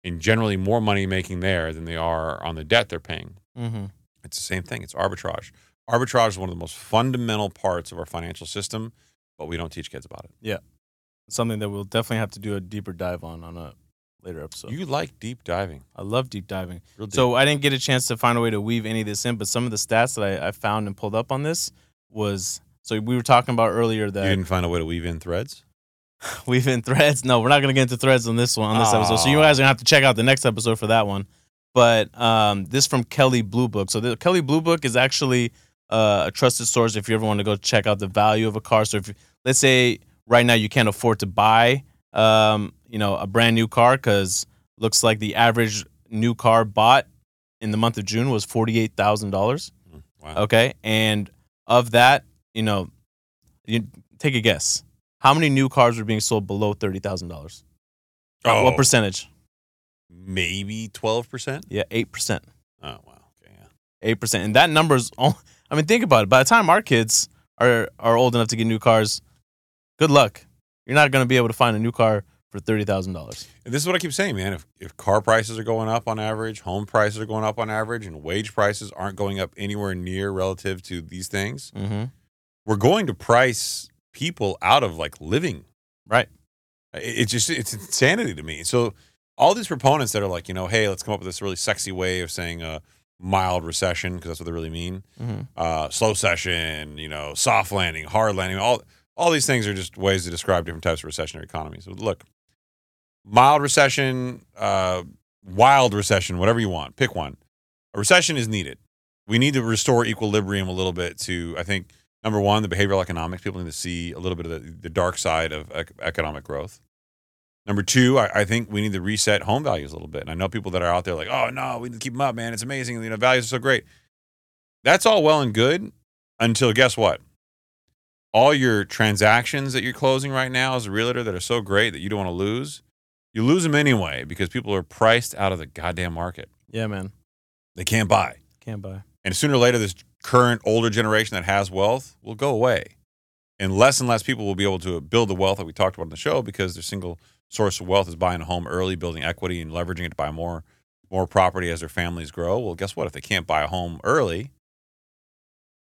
Speaker 2: and generally more money making there than they are on the debt they're paying
Speaker 1: Mm-hmm.
Speaker 2: it's the same thing it's arbitrage arbitrage is one of the most fundamental parts of our financial system, but we don't teach kids about it.
Speaker 1: Something that we'll definitely have to do a deeper dive on on a later episode.
Speaker 2: You like deep diving.
Speaker 1: I love deep diving.
Speaker 2: Real deep.
Speaker 1: So I didn't get a chance to find a way to weave any of this in, but some of the stats that I, I found and pulled up on this was so we were talking about earlier
Speaker 2: you
Speaker 1: that
Speaker 2: didn't find a way to weave in threads?
Speaker 1: we've in threads. No, we're not gonna get into threads on this one on this episode. So you
Speaker 2: Aw.
Speaker 1: guys are gonna have to check out the next episode for that one. But um, this from Kelly Blue Book. So the Kelly Blue Book is actually uh, a trusted source if you ever want to go check out the value of a car. So if you- let's say right now you can't afford to buy um, you know a brand new car because looks like the average new car bought in the month of June was forty eight thousand dollars.
Speaker 2: Mm, Wow.
Speaker 1: Okay, and of that, you know, you take a guess. How many new cars were being sold below thirty thousand dollars? What percentage?
Speaker 2: Oh, Maybe 12%?
Speaker 1: Yeah, eight percent.
Speaker 2: Oh, wow. Okay, yeah.
Speaker 1: Eight percent, and that number's. Only, I mean, think about it. By the time our kids are are old enough to get new cars, good luck. You're not going to be able to find a new car for thirty thousand dollars.
Speaker 2: And this is what I keep saying, man. If, if car prices are going up on average, home prices are going up on average, and wage prices aren't going up anywhere near relative to these things,
Speaker 1: Mm-hmm.
Speaker 2: we're going to price people out of like living.
Speaker 1: Right.
Speaker 2: It- It's just, it's insanity to me. So, all these proponents that are like, you know, hey, let's come up with this really sexy way of saying a mild recession, because that's what they really mean.
Speaker 1: Mm-hmm.
Speaker 2: uh, slow session, you know, soft landing, hard landing, all all these things are just ways to describe different types of recessionary economies. So look, mild recession, uh, wild recession, whatever you want, pick one. A recession is needed. We need to restore equilibrium a little bit to, I think, number one, the behavioral economics. People need to see a little bit of the, the dark side of ec- economic growth. Number two, I, I think we need to reset home values a little bit. And I know people that are out there like, oh no, we need to keep them up, man. It's amazing. You know, values are so great. That's all well and good until guess what? All your transactions that you're closing right now as a realtor that are so great that you don't want to lose, you lose them anyway because people are priced out of the goddamn market.
Speaker 1: Yeah, man,
Speaker 2: They can't buy.
Speaker 1: can't buy.
Speaker 2: And sooner or later, this current older generation that has wealth will go away. And less and less people will be able to build the wealth that we talked about on the show because their single source of wealth is buying a home early, building equity, and leveraging it to buy more more property as their families grow. Well, guess what? If they can't buy a home early,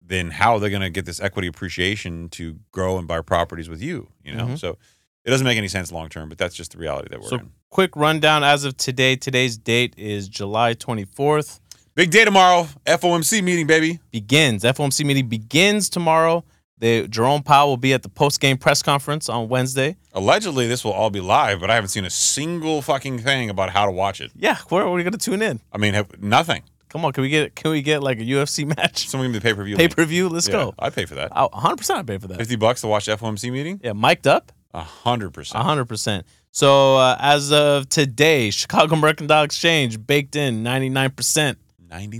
Speaker 2: then how are they going to get this equity appreciation to grow and buy properties with you? You know,
Speaker 1: Mhm.
Speaker 2: so it doesn't make any sense long term, but that's just the reality that we're
Speaker 1: So
Speaker 2: in.
Speaker 1: quick rundown as of today. Today's date is July twenty fourth.
Speaker 2: Big day tomorrow, FOMC meeting, baby.
Speaker 1: begins. FOMC meeting begins tomorrow. They, Jerome Powell will be at the post game press conference on Wednesday.
Speaker 2: Allegedly, this will all be live, but I haven't seen a single fucking thing about how to watch it.
Speaker 1: Yeah, where are we gonna tune in?
Speaker 2: I mean, have, nothing.
Speaker 1: Come on, can we get can we get like a UFC match,
Speaker 2: Someone give me the pay per view.
Speaker 1: pay per view? Let's go. Uh,
Speaker 2: I pay for that.
Speaker 1: I 100% I pay for that.
Speaker 2: Fifty bucks to watch FOMC meeting.
Speaker 1: Yeah, mic'd up.
Speaker 2: A hundred percent.
Speaker 1: 100%. So uh, as of today, Chicago Mercantile Exchange baked in 99%.
Speaker 2: Ninety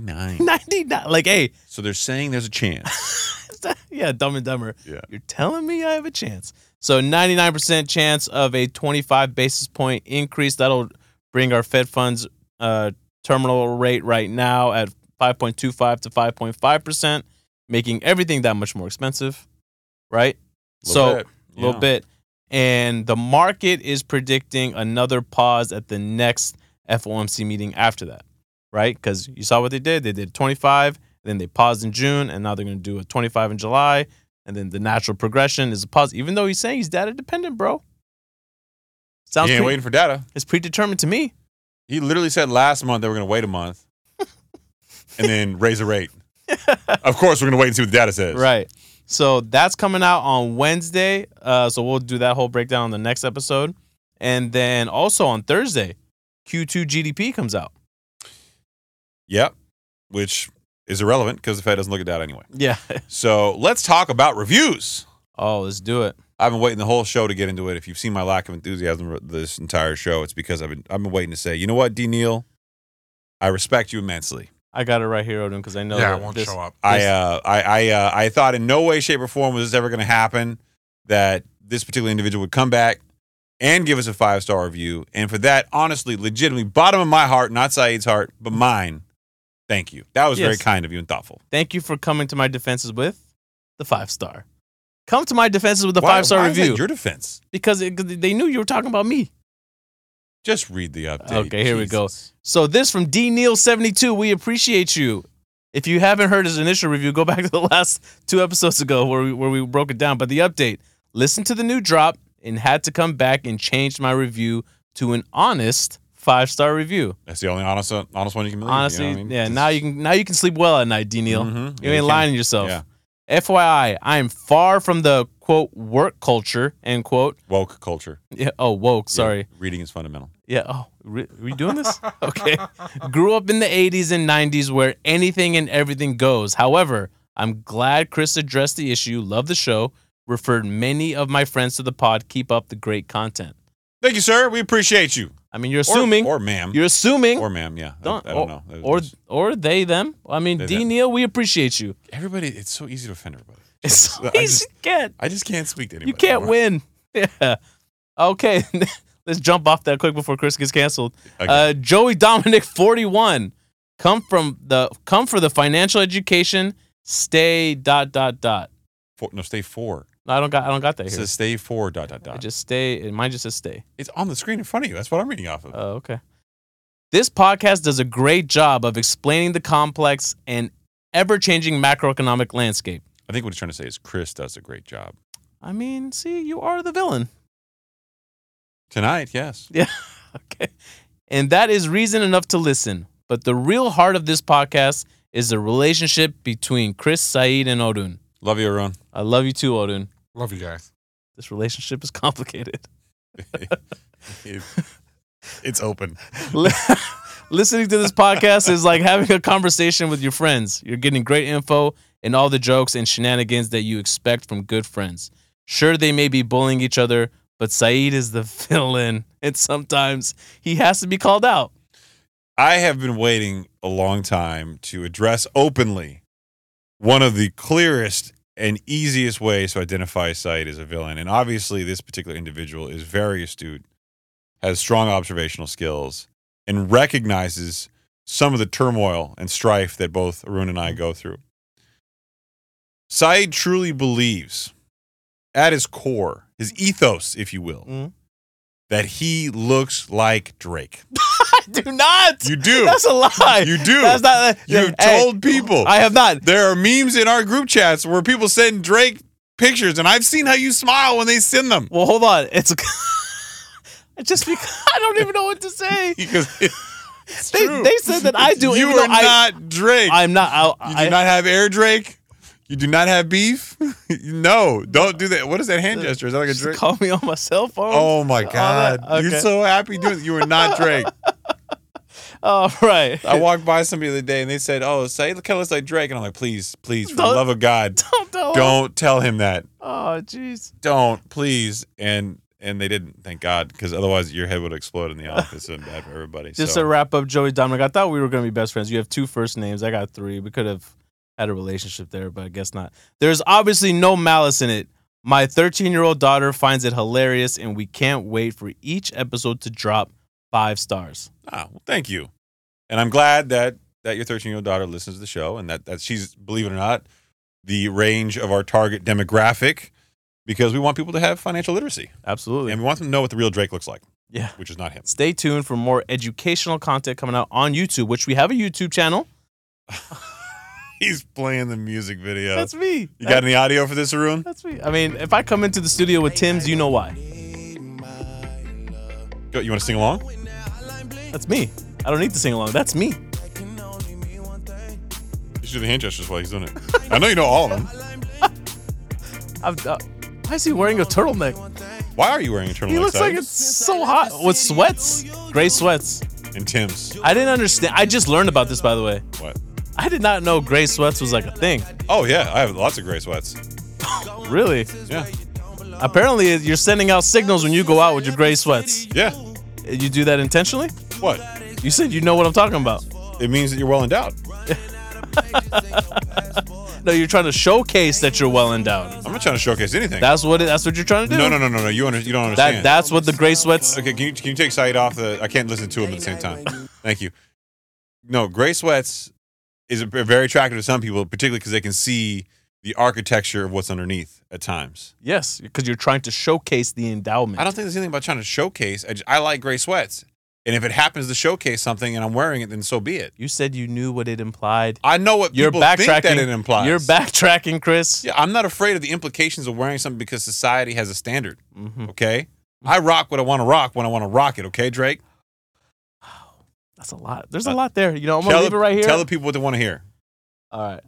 Speaker 2: nine.
Speaker 1: 99. Like, hey,
Speaker 2: So they're saying there's a chance.
Speaker 1: yeah, Dumb and Dumber.
Speaker 2: Yeah.
Speaker 1: You're telling me I have a chance. So 99% chance of a 25 basis point increase. That'll bring our Fed funds uh, terminal rate right now at 5.25 to 5.5%, making everything that much more expensive, right? so
Speaker 2: bit,
Speaker 1: a little
Speaker 2: yeah.
Speaker 1: bit. And the market is predicting another pause at the next FOMC meeting after that, right? Because you saw what they did. They did 25, then they paused in June, and now they're going to do a 25 in July. And then the natural progression is a pause, even though he's saying he's data dependent, bro. Sounds
Speaker 2: he ain't
Speaker 1: pre-
Speaker 2: waiting for data.
Speaker 1: it's predetermined to me.
Speaker 2: He literally said last month they were going to wait a month and then raise a rate. of course, we're going to wait and see what the data says.
Speaker 1: Right. So that's coming out on Wednesday. Uh, so we'll do that whole breakdown on the next episode. And then also on Thursday, Q2 GDP comes out.
Speaker 2: Yep. Which is irrelevant because the Fed doesn't look at data anyway.
Speaker 1: Yeah.
Speaker 2: So let's talk about reviews.
Speaker 1: Oh, let's do it.
Speaker 2: I've been waiting the whole show to get into it. If you've seen my lack of enthusiasm for this entire show, it's because I've been I've been waiting to say, you know what, D Neal, I respect you immensely.
Speaker 1: I got it right here, Odin, because I know
Speaker 3: yeah,
Speaker 1: that
Speaker 3: it won't
Speaker 1: this-
Speaker 3: show up.
Speaker 2: I uh, I I, uh, I thought in no way, shape, or form was this ever going to happen that this particular individual would come back and give us a five star review. And for that, honestly, legitimately, bottom of my heart, not Saeed's heart, but mine, thank you. That was very
Speaker 1: Yes.
Speaker 2: kind of you and thoughtful.
Speaker 1: Thank you for coming to my defenses with the five star. Come to my defenses with the
Speaker 2: Why-
Speaker 1: five star
Speaker 2: why is that
Speaker 1: review
Speaker 2: Your defense.
Speaker 1: because it, 'cause they knew you were talking about me.
Speaker 2: Just read the update.
Speaker 1: Okay, here we go.
Speaker 2: Jesus.
Speaker 1: So this from D Neil seventy two. We appreciate you. If you haven't heard his initial review, go back to the last two episodes ago where we, where we broke it down. But the update listen to the new drop and had to come back and change my review to an honest five star review.
Speaker 2: That's the only honest honest one you can believe.
Speaker 1: Honestly,
Speaker 2: you know what I mean? Mm-hmm.
Speaker 1: yeah, now you can now you can sleep well at night, D Neil. You ain't lying to yourself.
Speaker 2: Yeah.
Speaker 1: FYI, I am far from the quote work culture end quote.
Speaker 2: Woke culture.
Speaker 1: Yeah, oh woke, sorry.
Speaker 2: Yeah, reading is fundamental.
Speaker 1: Yeah. Oh, re- are we doing this? Okay. Grew up in the 80s and 90s where anything and everything goes. However, I'm glad Chris addressed the issue. Love the show. Referred many of my friends to the pod. Keep up the great content.
Speaker 2: Thank you, sir. We appreciate you.
Speaker 1: I mean, you're assuming.
Speaker 2: or, or ma'am,
Speaker 1: you're assuming.
Speaker 2: or ma'am. Yeah, I-
Speaker 1: Don't-
Speaker 2: I, don't know. That
Speaker 1: or
Speaker 2: was-
Speaker 1: or they them. I mean,
Speaker 2: They,
Speaker 1: D
Speaker 2: them.
Speaker 1: Neil, we appreciate you.
Speaker 2: everybody, it's so easy to offend everybody.
Speaker 1: It's so
Speaker 2: I
Speaker 1: easy
Speaker 2: just-
Speaker 1: to get.
Speaker 2: I just can't speak to anybody.
Speaker 1: You can't
Speaker 2: I-
Speaker 1: win. Yeah. Okay. Let's jump off that quick before Chris gets canceled.
Speaker 2: Okay.
Speaker 1: Uh, Joey Dominic 41. Come from the come for the financial education. Stay dot dot dot.
Speaker 2: Four, no, stay four.
Speaker 1: No, I don't got I don't got that
Speaker 2: It
Speaker 1: here.
Speaker 2: says stay four. Dot dot
Speaker 1: I
Speaker 2: dot.
Speaker 1: just stay and mine just says stay.
Speaker 2: it's on the screen in front of you. That's what I'm reading off of.
Speaker 1: Oh, okay. This podcast does a great job of explaining the complex and ever-changing macroeconomic landscape.
Speaker 2: I think what he's trying to say is Chris does a great job
Speaker 1: I mean, see, you are the villain.
Speaker 2: tonight. Yes.
Speaker 1: Okay. And that is reason enough to listen. But the real heart of this podcast is the relationship between Chris, Saeed, and Odun.
Speaker 2: Love you, Arun.
Speaker 1: I love you too, Odun.
Speaker 3: Love you guys.
Speaker 1: This relationship is complicated.
Speaker 2: It- it's open.
Speaker 1: Li- Listening to this podcast is like having a conversation with your friends. You're getting great info and all the jokes and shenanigans that you expect from good friends. Sure, they may be bullying each other, but Saeed is the villain, and sometimes he has to be called out.
Speaker 2: I have been waiting a long time to address openly one of the clearest and easiest ways to identify Sight as a villain. And obviously, this particular individual is very astute, has strong observational skills, and recognizes some of the turmoil and strife that both Arun and I go through. Said truly believes, at his core, his ethos, if you will,
Speaker 1: Mhm.
Speaker 2: that he looks like Drake.
Speaker 1: I do not.
Speaker 2: You do.
Speaker 1: That's a lie.
Speaker 2: You do.
Speaker 1: That's not.
Speaker 2: You've
Speaker 1: Hey,
Speaker 2: told people.
Speaker 1: I have not.
Speaker 2: there are memes in our group chats where people send Drake pictures, and I've seen how you smile when they send them.
Speaker 1: Well, hold on. It's I just because I don't even know what to say.
Speaker 2: Because it's
Speaker 1: They,
Speaker 2: true.
Speaker 1: they said that I do.
Speaker 2: you
Speaker 1: even though
Speaker 2: are
Speaker 1: I,
Speaker 2: not Drake.
Speaker 1: I'm not. I,
Speaker 2: you do
Speaker 1: I,
Speaker 2: not have air Drake. You do not have beef. no, don't do that. What is that hand gesture? Is that like a
Speaker 1: just
Speaker 2: Drake?
Speaker 1: call me on my cell phone.
Speaker 2: Oh my God!
Speaker 1: that-
Speaker 2: You're
Speaker 1: okay.
Speaker 2: so happy doing. You are not Drake. Oh.
Speaker 1: All right.
Speaker 2: I walked by somebody the other day and they said, "Oh, say kind of looks like Drake," and I'm like, "Please, please, for the
Speaker 1: Don't-
Speaker 2: love of God,
Speaker 1: don't tell him.
Speaker 2: don't tell him that."
Speaker 1: Oh, jeez.
Speaker 2: don't please and and they didn't thank god because otherwise your head would explode in the office and bad for everybody
Speaker 1: Just
Speaker 2: so
Speaker 1: to wrap up, Joey Dominic. I thought we were gonna be best friends. You have two first names. I got three. We could have had a relationship there, but I guess not. There's obviously no malice in it. My 13 year old daughter finds it hilarious, and we can't wait for each episode to drop five stars.
Speaker 2: ah, well, thank you and i'm glad that that your 13 year old daughter listens to the show and that, that she's believe it or not the range of our target demographic because we want people to have financial literacy
Speaker 1: Absolutely.
Speaker 2: and we want them to know what the real drake looks like
Speaker 1: Yeah.
Speaker 2: which is not him
Speaker 1: Stay tuned for more educational content coming out on YouTube, which we have a YouTube channel.
Speaker 2: he's playing the music video
Speaker 1: That's me.
Speaker 2: you got any audio for this arun
Speaker 1: That's me. I mean, if I come into the studio with Tim's, you know why.
Speaker 2: Go, you want to sing along
Speaker 1: That's me. I don't need to sing along. That's me.
Speaker 2: you should do the hand gestures while he's doing it i know you know all of them
Speaker 1: I've, uh, why is he wearing a turtleneck?
Speaker 2: why are you wearing a turtleneck
Speaker 1: He looks like
Speaker 2: Sides?
Speaker 1: it's so hot with sweats, gray sweats.
Speaker 2: and tim's
Speaker 1: I didn't understand. I just learned about this, by the way.
Speaker 2: what
Speaker 1: I did not know gray sweats was like a thing.
Speaker 2: Oh yeah, I have lots of gray sweats.
Speaker 1: Really?
Speaker 2: Yeah,
Speaker 1: Apparently, you're sending out signals when you go out with your gray sweats.
Speaker 2: yeah.
Speaker 1: You do that intentionally?
Speaker 2: What?
Speaker 1: You said you know what I'm talking about.
Speaker 2: It means that you're well endowed.
Speaker 1: No, you're trying to showcase that you're well endowed.
Speaker 2: I'm not trying to showcase anything.
Speaker 1: That's what it, that's what you're trying to do.
Speaker 2: no, no, no, no, no. You under, you don't
Speaker 1: That
Speaker 2: understand.
Speaker 1: that's what the gray sweats.
Speaker 2: okay, can you can you take Said off the? I can't listen to him at the same time. Thank you. No, gray sweats is a- very attractive to some people, particularly because they can see the architecture of what's underneath at times.
Speaker 1: Yes, because you're trying to showcase the endowment.
Speaker 2: I don't think there's anything about trying to showcase. I, just, I like gray sweats. And if it happens to showcase something and I'm wearing it, then so be it.
Speaker 1: You said you knew what it implied.
Speaker 2: I know what
Speaker 1: You're
Speaker 2: people
Speaker 1: backtracking.
Speaker 2: think that it implies.
Speaker 1: You're backtracking, Chris.
Speaker 2: Yeah, I'm not afraid of the implications of wearing something because society has a standard.
Speaker 1: hmm
Speaker 2: Okay, I rock what I want to rock when I want to rock it. Okay, Drake.
Speaker 1: That's a lot. There's a lot there. You know, I'm gonna
Speaker 2: Uh, tell
Speaker 1: leave
Speaker 2: the,
Speaker 1: it right here.
Speaker 2: Tell the people what they want to hear.
Speaker 1: All right.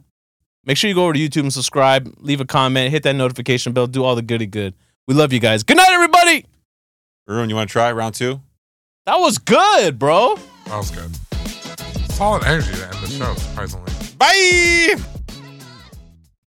Speaker 1: Make sure you go over to YouTube and subscribe, leave a comment, hit that notification bell, do all the goody good. We love you guys. Good night, everybody.
Speaker 2: Ruin, you want to try round two?
Speaker 1: That was good, bro. Mm.
Speaker 3: That was good. Solid energy to end the show, surprisingly.
Speaker 2: Bye.